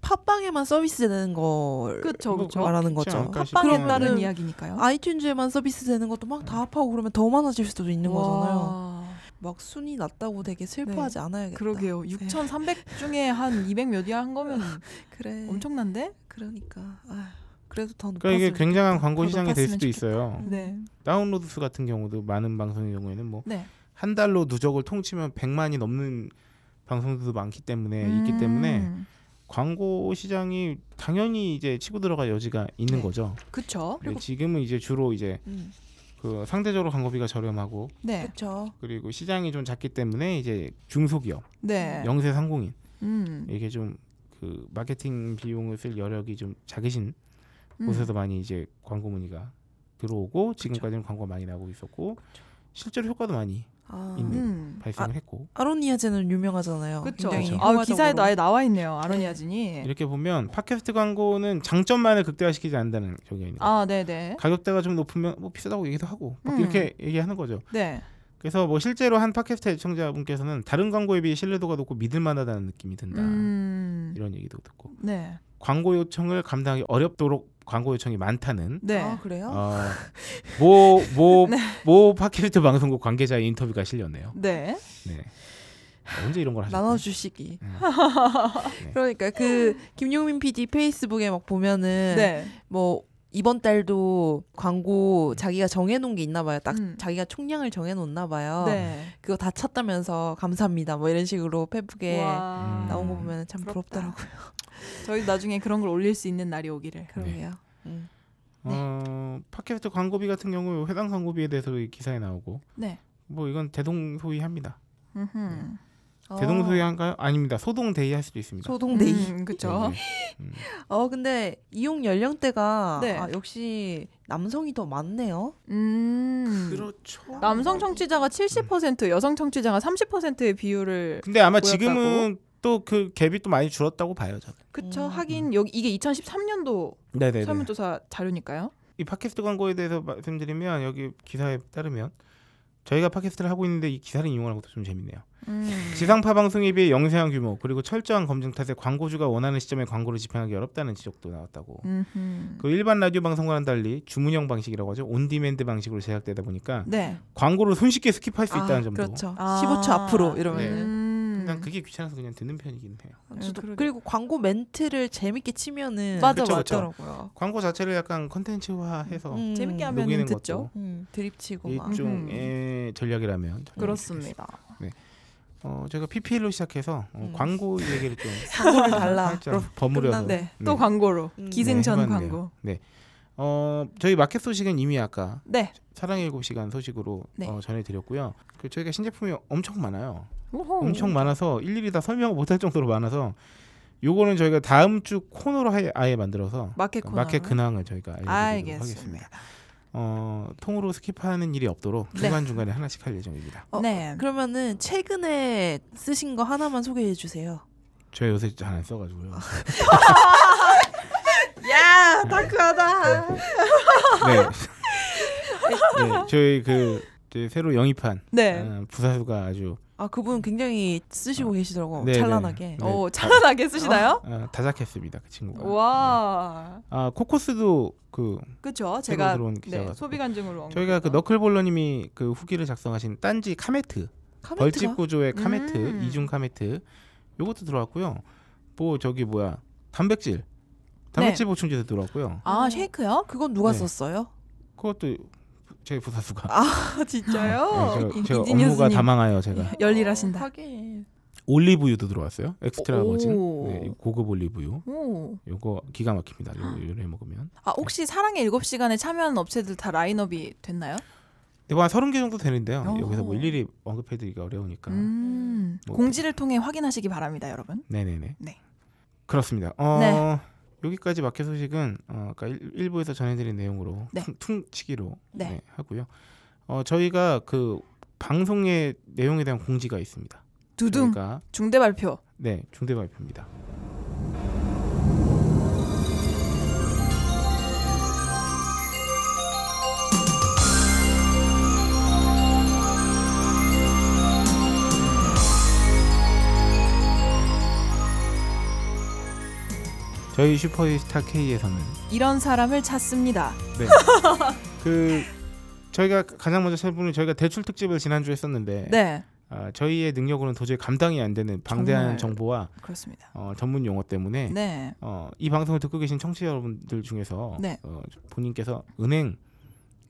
S6: 팟빵에만 서비스되는 걸
S5: 그쵸,
S6: 뭐
S5: 그쵸.
S6: 말하는
S5: 그렇지
S6: 거죠.
S5: 않을까 팟빵에 싶기는 따른 한데. 이야기니까요.
S6: 아이튠즈에만 서비스되는 것도 막 다 합하고 그러면 더 많아질 수도 있는
S5: 와.
S6: 거잖아요. 막 순위 낮다고 되게 슬퍼하지
S5: 네.
S6: 않아야겠다.
S5: 그러게요. 6,300 중에 한 200몇이 한 거면
S6: 그래.
S5: 엄청난데?
S6: 그러니까 아, 그래도 더 높았으면
S4: 그러니까 이게 굉장한
S6: 좋겠다.
S4: 광고
S6: 더
S4: 시장이 될
S6: 높았으면
S4: 수도 있어요.
S5: 네.
S4: 다운로드 수 같은 경우도 많은 방송의 경우에는 뭐 한
S5: 네.
S4: 달로 누적을 통치면 100만이 넘는 방송들도 많기
S6: 네,
S4: 때문에 네, 있기
S5: 음.
S4: 때문에 광고 시장이 당연히 이제 치고 들어갈 여지가 있는 거죠.
S5: 네. 그쵸.
S4: 근데 지금은 이제 주로 이제
S6: 음.
S4: 그 상대적으로 광고비가 저렴하고
S5: 네.
S6: 그렇죠.
S4: 그리고 시장이 좀 작기 때문에 이제 중소기업,
S5: 네.
S4: 영세 상공인
S5: 음.
S4: 이게 좀 그 마케팅 비용을 쓸 여력이 좀 작으신
S5: 음.
S4: 곳에서 많이 이제 광고 문의가 들어오고 지금까지는 광고가 많이 나오고 있었고 실제로 효과도 많이
S6: 아.
S4: 있는
S5: 음.
S4: 발생을 했고
S6: 아로니아제는 유명하잖아요.
S5: 그쵸.
S6: 굉장히
S5: 아,
S6: 효과적으로.
S5: 기사에도 아예 나와 있네요. 아로니아진이.
S4: 어, 이렇게 보면 팟캐스트 광고는 장점만을 극대화시키지 않는다는 경향이 있는
S5: 아, 네네.
S4: 가격대가 좀 높으면 뭐 비싸다고 얘기도 하고 막
S5: 음.
S4: 이렇게 얘기하는 거죠.
S5: 네.
S4: 그래서 뭐 실제로 한 팟캐스트 애청자분께서는 다른 광고에 비해 신뢰도가 높고 믿을만하다는 느낌이 든다
S5: 음.
S4: 이런 얘기도 듣고
S5: 네.
S4: 광고 요청을 감당하기 어렵도록 광고 요청이 많다는 어,
S5: 네.
S6: 아, 그래요?
S4: 모 모 모 팟캐스트 방송국 관계자의 인터뷰가 실렸네요.
S5: 네.
S4: 네. 언제 이런 걸 네. 하셨?
S6: 나눠주시기. 그러니까 그 김용민 PD 페이스북에 막 보면은
S5: 음. 네.
S6: 뭐 이번 달도 광고 자기가 정해놓은 게 있나 봐요. 딱 자기가 총량을 정해놓나 봐요.
S5: 음. 네.
S6: 그거 다 찼다면서 감사합니다. 뭐 이런 식으로 페북에
S4: 음.
S5: 와.
S6: 나온 거 보면 참 부럽더라고요.
S5: 예. 저희 나중에 그런 걸 올릴 수 있는 날이 오기를.
S4: 네.
S6: 그러게요. 음.
S4: 어, 팟캐스트 광고비 같은 경우 해당 광고비에 대해서 기사에 나오고
S5: 네.
S4: 뭐 이건 대동소이합니다. 네.
S5: 음흠. 어.
S4: 대동소이한가요? 아닙니다. 소동대의할 수도 있습니다.
S6: 어, 소동대의.
S4: 네.
S5: 음, 그쵸.
S6: 어 근데 이용 연령대가
S5: 네.
S6: 아, 역시 남성이 더 많네요.
S5: 음.
S4: 그렇죠. 네.
S5: 남성 청취자가 70%, 여성 청취자가 30%의 비율을
S4: 근데 아마
S5: 보였다고.
S4: 지금은 또 그 갭이 또 많이 줄었다고 봐요, 저는.
S5: 그쵸 하긴 여기 이게 2013년도
S4: 네네네.
S5: 설문조사 자료니까요.
S4: 이 팟캐스트 광고에 대해서 말씀드리면 여기 기사에 따르면 저희가 팟캐스트를 하고 있는데 이 기사를 이용하는 것도 좀 재밌네요. 지상파 방송에 비해 영세한 규모 그리고 철저한 검증 탓에 광고주가 원하는 시점에 광고를 집행하기 어렵다는 지적도 나왔다고.
S5: 음흠.
S4: 그 일반 라디오 방송과는 달리 주문형 방식이라고 하죠. 온디맨드 방식으로 제작되다 보니까
S5: 네. 아, 그렇죠.
S4: 광고를 손쉽게 스킵할 수 있다는 점도.
S6: 아. 그렇죠. 15초 뭐 앞으로 이러면
S4: 네.
S5: 음.
S6: 은
S4: 난 그게 귀찮아서 그냥 듣는 편이긴 해요.
S6: 저도 그리고 광고 멘트를 재밌게
S5: 네.
S6: 치면은 그렇죠.
S4: 맞아, 그쵸, 그쵸.
S6: 맞더라고요.
S4: 광고 자체를 약간 컨텐츠화해서
S6: 음. 재밌게 하면은
S4: 녹이는
S6: 듣죠.
S4: 것도
S6: 음, 드립치고 막.
S4: 일종의 예, 전략이라면
S5: 음. 그렇습니다.
S4: 네. 어, 제가 PPL로 시작해서 어,
S5: 음.
S4: 광고 얘기를 좀 그렇죠.
S5: 광고를 달라.
S4: 살짝
S5: 로
S4: 버무려서
S5: 끝났네. 또 광고로. 음. 기생전
S4: 네, 해봤네요.
S5: 광고.
S4: 네. 어, 저희 마켓 소식은 이미 아까
S5: 네.
S4: 사랑의 일곱 시간 소식으로
S5: 네.
S4: 어, 전해드렸고요. 그 저희가 신제품이 엄청 많아요.
S5: 오호.
S4: 엄청 많아서 일일이 다 설명 못할 정도로 많아서 요거는 저희가 다음 주 코너로 아예, 아예 만들어서
S5: 마켓 코너로?
S4: 마켓 근황을 저희가 알려드리도록
S5: 알겠습니다.
S4: 하겠습니다. 어, 통으로 스킵하는 일이 없도록
S6: 네.
S4: 중간 중간에 하나씩 할 예정입니다.
S6: 어, 그러면은 최근에 쓰신 거 하나만 소개해 주세요.
S4: 저 요새 잘 안 써가지고요.
S6: 야, 다크하다.
S4: 네. 네, 저희 그 저희 새로 영입한
S6: 네.
S4: 어, 부사수가 아주
S6: 아, 그분 굉장히 쓰시고 계시더라고.
S4: 네, 네.
S6: 찬란하게.
S4: 네. 오,
S5: 찬란하게 어, 쓰시나요?
S4: 어, 다작했습니다 그 친구가.
S5: 와.
S4: 아 코코스도 그
S5: 그쵸.
S4: 새로
S5: 제가
S4: 들어온
S5: 네,
S4: 기사가
S5: 소비 간증으로 언급.
S4: 저희가 그 너클볼러님이 그 후기를 작성하신 딴지 카메트
S5: 카메트가?
S4: 벌집 구조의 카메트
S5: 음.
S4: 이중 카메트 요것도 들어왔고요. 뭐 저기 뭐야 단백질 단백질 보충제도 들어왔고요.
S6: 아, 쉐이크요? 그건 누가
S4: 네.
S6: 썼어요?
S4: 그것도 제 부사수가
S6: 아, 진짜요?
S4: 네, 저- 제가 업무가 다망하여 제가
S5: 예. 열일하신다.
S4: 올리브유도 들어왔어요. 엑스트라
S6: 오.
S4: 버진 네, 이 고급 올리브유.
S5: 오.
S4: 요거 기가 막힙니다. 요거 요래 먹으면.
S5: 아, 혹시 사랑의 일곱 시간에 참여하는 업체들 다 라인업이 됐나요?
S4: 근데 뭐한 서른 개 정도 되는데요.
S5: 오.
S4: 여기서 뭐 일일이 언급해드리기가 어려우니까.
S5: 어. 음.
S4: 그러니까. 뭐-
S5: 공지를 통해 확인하시기 바랍니다, 여러분.
S4: 네네네.
S5: 네.
S4: 그렇습니다. 어,
S5: 네.
S4: 여기까지 마켓 소식은 어, 아까 일- 일부에서 전해드린 내용으로
S5: 네.
S4: 퉁- 퉁치기로
S5: 네.
S4: 네, 하고요. 어, 저희가 그 방송의 내용에 대한 공지가 있습니다.
S5: 두둥.
S4: 저희가
S5: 중대 발표.
S4: 네 중대 발표입니다. 저희 슈퍼스타 K에서는
S5: 이런 사람을 찾습니다.
S4: 네. 그 저희가 가장 먼저 세 분은 저희가 대출 특집을 지난주에 했었는데
S5: 네.
S4: 아, 저희의 능력으로는 도저히 감당이 안 되는 방대한
S5: 정말
S4: 정보와
S5: 그렇습니다.
S4: 어, 전문 용어 때문에
S5: 네.
S4: 어, 이 방송을 듣고 계신 청취자 여러분들 중에서
S5: 네.
S4: 어, 본인께서 은행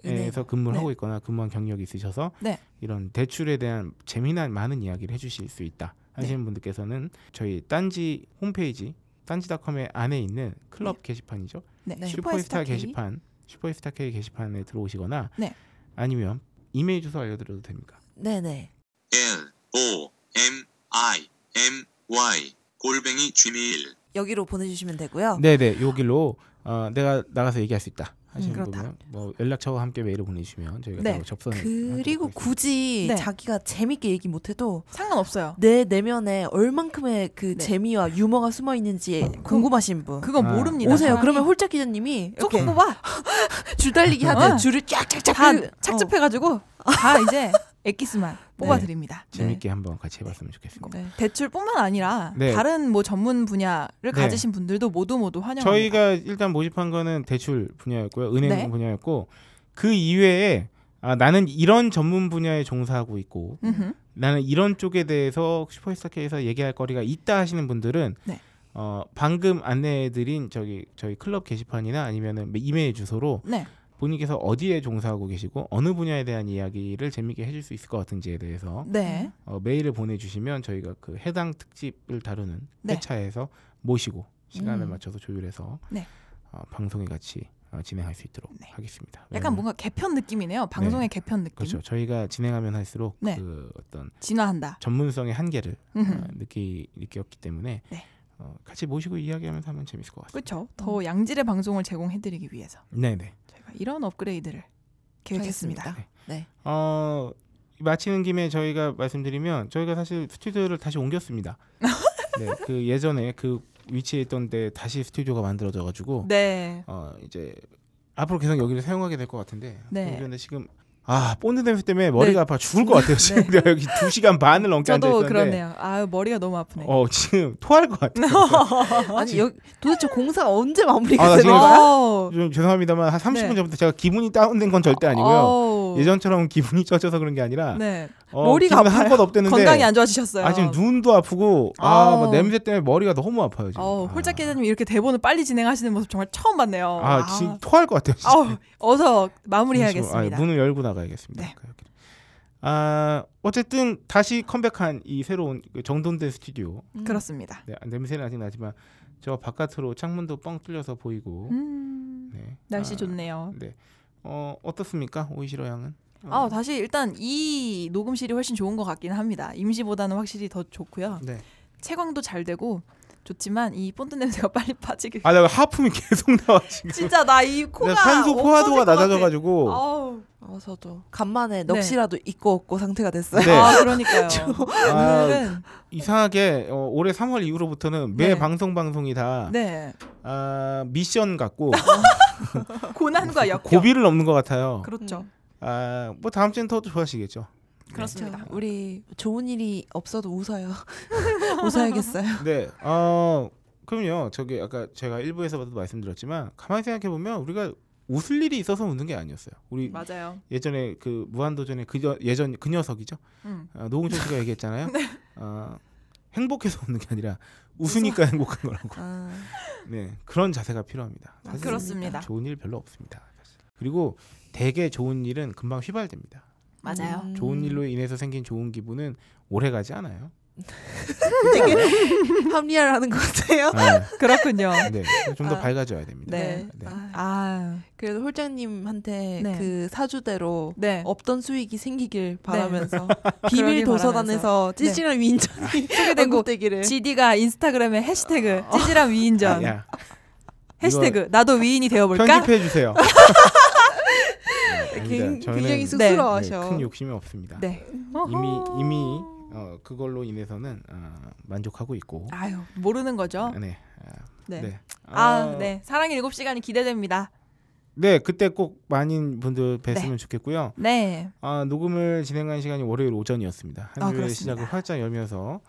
S5: 은행.
S4: 에서 근무를
S5: 네.
S4: 하고 있거나 근무한 경력이 있으셔서
S5: 네.
S4: 이런 대출에 대한 재미난 많은 이야기를 해주실 수 있다 하시는 분들께서는 저희 딴지 홈페이지 딴지닷컴의 안에 있는 클럽 게시판이죠
S5: 네. 네.
S4: 슈퍼스타
S5: 슈퍼스타 K.
S4: 게시판 슈퍼스타 K 게시판에 들어오시거나
S5: 네.
S4: 아니면 이메일 주소 알려드려도 됩니까?
S6: 네네.
S12: L O M I M Y 골뱅이 gmail
S6: 여기로 보내주시면 되고요.
S4: 네네 요 길로 어, 내가 나가서 얘기할 수 있다 하시는
S6: 음, 그렇다.
S4: 분은 뭐 연락처와 함께 메일을 보내주시면 저희가
S6: 네.
S4: 바로 접선을
S6: 그리고 굳이
S4: 네.
S6: 자기가 재밌게 얘기 못해도
S5: 상관없어요.
S6: 내 내면에 얼만큼의 그 재미와 유머가 숨어 있는지
S4: 그
S6: 궁금하신 분.
S5: 그건
S4: 아. 모릅니다.
S6: 오세요.
S5: 사람이.
S6: 그러면 홀짝 기자님이 이렇게
S5: 뽑아.
S6: 줄 달리기 하듯
S5: 어.
S6: 줄을 쫙쫙쫙
S5: 다
S6: 끌-
S5: 그 착즙해가지고 어. 네. 다 이제 엑기스만 뽑아드립니다. 네,
S4: 재밌게 한번 같이 해봤으면 좋겠습니다.
S5: 대출뿐만 아니라
S4: 네.
S5: 다른 뭐 전문 분야를
S4: 네.
S5: 가지신 분들도 모두 모두 환영합니다.
S4: 저희가 일단 모집한 거는 대출 분야였고요, 은행
S5: 네.
S4: 분야였고 그 이외에 아, 나는 이런 전문 분야에 종사하고 있고
S5: 음흠.
S4: 나는 이런 쪽에 대해서 슈퍼스타 K에서 얘기할 거리가 있다 하시는 분들은
S5: 네.
S4: 어, 방금 안내해드린 저기 저희 클럽 게시판이나 아니면은 뭐 이메일 주소로
S5: 네.
S4: 본인께서 어디에 종사하고 계시고 어느 분야에 대한 이야기를 재미있게 해줄 수 있을 것 같은지에 대해서
S5: 네.
S4: 어, 메일을 보내주시면 저희가 그 해당 특집을 다루는
S5: 네.
S4: 회차에서 모시고 시간을
S5: 음.
S4: 맞춰서 조율해서
S5: 네.
S4: 어, 방송에 같이 어, 진행할 수 있도록 하겠습니다.
S5: 약간
S4: 왜냐면-
S5: 뭔가 개편 느낌이네요. 방송의 개편 느낌.
S4: 네. 그렇죠. 저희가 진행하면 할수록
S5: 네.
S4: 그 어떤
S5: 진화한다.
S4: 전문성의 한계를 어,
S5: 음흠. 네.
S4: 느끼 느꼈기 때문에 어, 같이 모시고 이야기하면서 하면 재밌을 것 같아요.
S5: 그렇죠. 더 양질의 방송을 제공해드리기 위해서
S4: 네네.
S5: 이런 업그레이드를 계획했습니다.
S6: 네.
S4: 어 마치는 김에 저희가 말씀드리면 저희가 사실 스튜디오를 다시 옮겼습니다. 네, 그 예전에 그 위치에 있던 데 다시 스튜디오가 만들어져 가지고
S5: 네.
S4: 어 이제 앞으로 계속 여기를 사용하게 될 것 같은데
S5: 네.
S4: 그런데 지금 아 본드 냄새 때문에 머리가
S5: 네.
S4: 아파 죽을 것 같아요 지금 내가 여기 2 시간 반을 넘게 앉아
S5: 저도
S4: 있었는데
S5: 그렇네요. 아 머리가 너무 아프네. 네.
S4: 어 지금 토할 것 같아요.
S6: 아니 여기 도대체 공사가 언제 마무리가
S4: 아, 나
S6: 되는
S4: 지금
S6: 거야?
S4: 좀 죄송합니다만 한 30분
S6: 네.
S4: 전부터 제가 기분이 다운된 건 절대 아니고요.
S6: 어우.
S4: 예전처럼 기분이 쪄져서 그런 게 아니라
S5: 네.
S4: 어,
S5: 머리가
S4: 기분
S5: 아파요.
S4: 한껏 없대는데
S5: 건강이 안 좋아지셨어요.
S4: 아 지금 눈도 아프고 아,
S5: 아우.
S4: 막 냄새 때문에 머리가 너무 아파요 지금.
S5: 어, 홀짝 기자님 이렇게 대본을 빨리 진행하시는 모습 정말 처음 봤네요.
S4: 아, 지금 토할 것 같아요. 진짜.
S5: 아우, 어서
S4: 잠시만,
S5: 마무리해야겠습니다. 네.
S4: 아, 문을 열고 나가야겠습니다. 아까 여기를. 아 어쨌든 다시 컴백한 이 새로운 그 정돈된 스튜디오.
S5: 음. 그렇습니다.
S4: 네, 냄새는 아직 나지만 저 바깥으로 창문도 뻥 뚫려서 보이고.
S5: 음, 날씨
S4: 아,
S5: 좋네요.
S4: 네. 어 어떻습니까 오이시로 양은?
S5: 아, 다시 일단 이 녹음실이 훨씬 좋은 것 같긴 합니다. 임시보다는 확실히 더 좋고요.
S4: 네.
S5: 채광도 잘 되고 좋지만 이 본드 냄새가 빨리 빠지게.
S4: 아나 하품이 계속 나와 지금.
S5: 진짜 나 이 코가
S4: 나 산소
S5: 없어질
S4: 포화도가
S5: 것 같아.
S4: 낮아져가지고.
S5: 아우.
S6: 어, 저도 간만에
S5: 네.
S6: 넋이라도 입고 없고 상태가 됐어요.
S4: 네. 아,
S5: 그러니까요.
S6: 저-
S4: 아,
S5: 오늘은-
S4: 이상하게 어, 올해 3월 이후로부터는 매 방송 방송이 다
S5: 네.
S4: 아, 미션 같고
S5: 고난과 역경.
S4: 고비를 넘는 것 같아요.
S5: 그렇죠.
S4: 아, 뭐 다음 주엔 더 좋아지겠죠.
S5: 그렇습니다.
S6: 우리 좋은 일이 없어도 웃어요. 웃어야겠어요.
S4: 네. 어, 그럼요. 저기 아까 제가 일부에서도 말씀드렸지만 가만히 생각해 보면 우리가 웃을 일이 있어서 웃는 게 아니었어요. 우리
S5: 맞아요.
S4: 예전에 그 무한도전의 그 여- 예전 그 녀석이죠.
S5: 음. 네.
S4: 어, 노홍철 씨가 얘기했잖아요. 어, 행복해서 웃는 게 아니라 웃으니까 행복한 거라고. 네, 그런 자세가 필요합니다. 사실
S5: 아, 그렇습니다.
S4: 좋은 일 별로 없습니다. 사실. 그리고 되게 좋은 일은 금방 휘발됩니다.
S5: 맞아요.
S4: 좋은 일로 인해서 생긴 좋은 기분은 오래 가지 않아요.
S6: 되게 합리화를 하는 것 같아요.
S4: 네.
S5: 그렇군요.
S4: 네, 좀 더
S6: 아.
S4: 밝아져야 됩니다.
S6: 네.
S5: 아.
S6: 그래도 홀장님한테
S5: 네.
S6: 그 사주대로
S5: 네.
S6: 없던 수익이 생기길 바라면서
S5: 그러길
S6: 비밀
S5: 바라면서. 네. 아,
S6: 도서관에서 찌질한 위인전이
S5: 소개된 곡
S6: 되기를
S5: GD가 인스타그램에 해시태그 찌질한 위인전
S4: 아, 야,
S5: 해시태그 나도 위인이 되어볼까?
S4: 편집해 주세요. 네,
S6: 굉- 굉장히 쑥스러워하셔.
S4: 큰 욕심이 없습니다.
S5: 네.
S4: 이미 이미 어, 그걸로 인해서는 어, 만족하고 있고.
S5: 아유 모르는 거죠.
S4: 네. 아,
S5: 네.
S4: 아,
S5: 아, 네. 사랑의 일곱 시간이 기대됩니다.
S4: 네, 그때 꼭 많은 분들 뵀으면 좋겠고요.
S5: 네.
S4: 아, 녹음을 진행한 시간이 월요일 오전이었습니다.
S5: 아,
S4: 한주의
S5: 그렇습니다.
S4: 시작을 활짝 열면서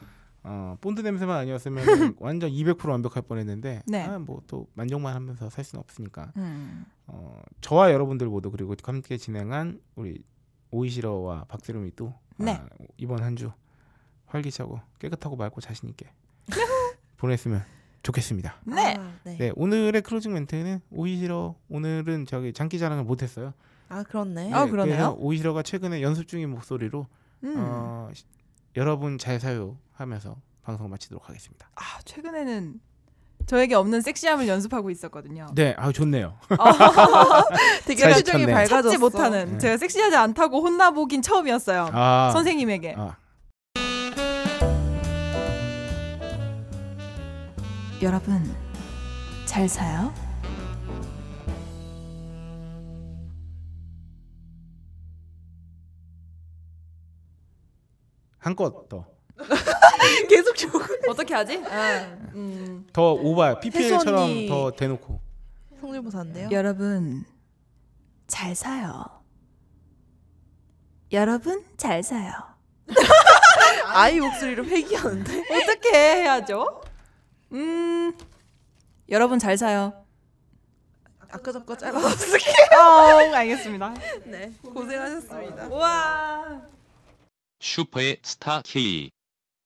S4: 어, 본드 냄새만 아니었으면 완전 200% 완벽할 뻔했는데
S5: 네.
S4: 아, 뭐 또 만족만 하면서 살 수는 없으니까
S5: 음.
S4: 어, 저와 여러분들 모두 그리고 함께 진행한 우리 오이시러와 박세롬이 또
S5: 네.
S4: 아, 이번 한 주 활기차고 깨끗하고 맑고 자신 있게 보냈으면 좋겠습니다.
S5: 네.
S6: 네.
S4: 네, 오늘의 클로징 멘트는 오이시러 오늘은 저기 장기 자랑을 못했어요.
S6: 아 그렇네.
S4: 네, 그래서 오이시러가 최근에 연습 중인 목소리로
S5: 음.
S4: 어, 시- 여러분 잘 사요 하면서 방송 마치도록 하겠습니다.
S5: 아, 최근에는 저에게 없는 섹시함을 연습하고 있었거든요. 어.
S4: 네, 아 좋네요.
S5: 되게
S4: 잘
S5: 표정이
S4: 지켰네.
S5: 밝아졌어.
S6: 찾지
S5: 찾지 못하는
S4: 네.
S5: 제가 섹시하지 않다고 혼나보긴 처음이었어요.
S4: 아.
S5: 선생님에게.
S4: 아.
S5: 여러분 잘 사요.
S4: 한껏 더 더 네.
S5: 계속 조금 어떻게 하지? 아, 음.
S4: 오바 PPL처럼
S5: 혜수 언니.
S4: 더 대놓고
S6: 성대모사인데요.
S5: 여러분 잘 사요. 여러분 잘 사요.
S6: 아이 목소리로 회귀하는데.
S5: 어떻게 해야죠? 음 여러분 잘 사요.
S6: 아까 전거 잘라서
S5: 아 알겠습니다.
S6: 네. 고생하셨습니다.
S5: 와.
S12: 슈퍼의 스타 K.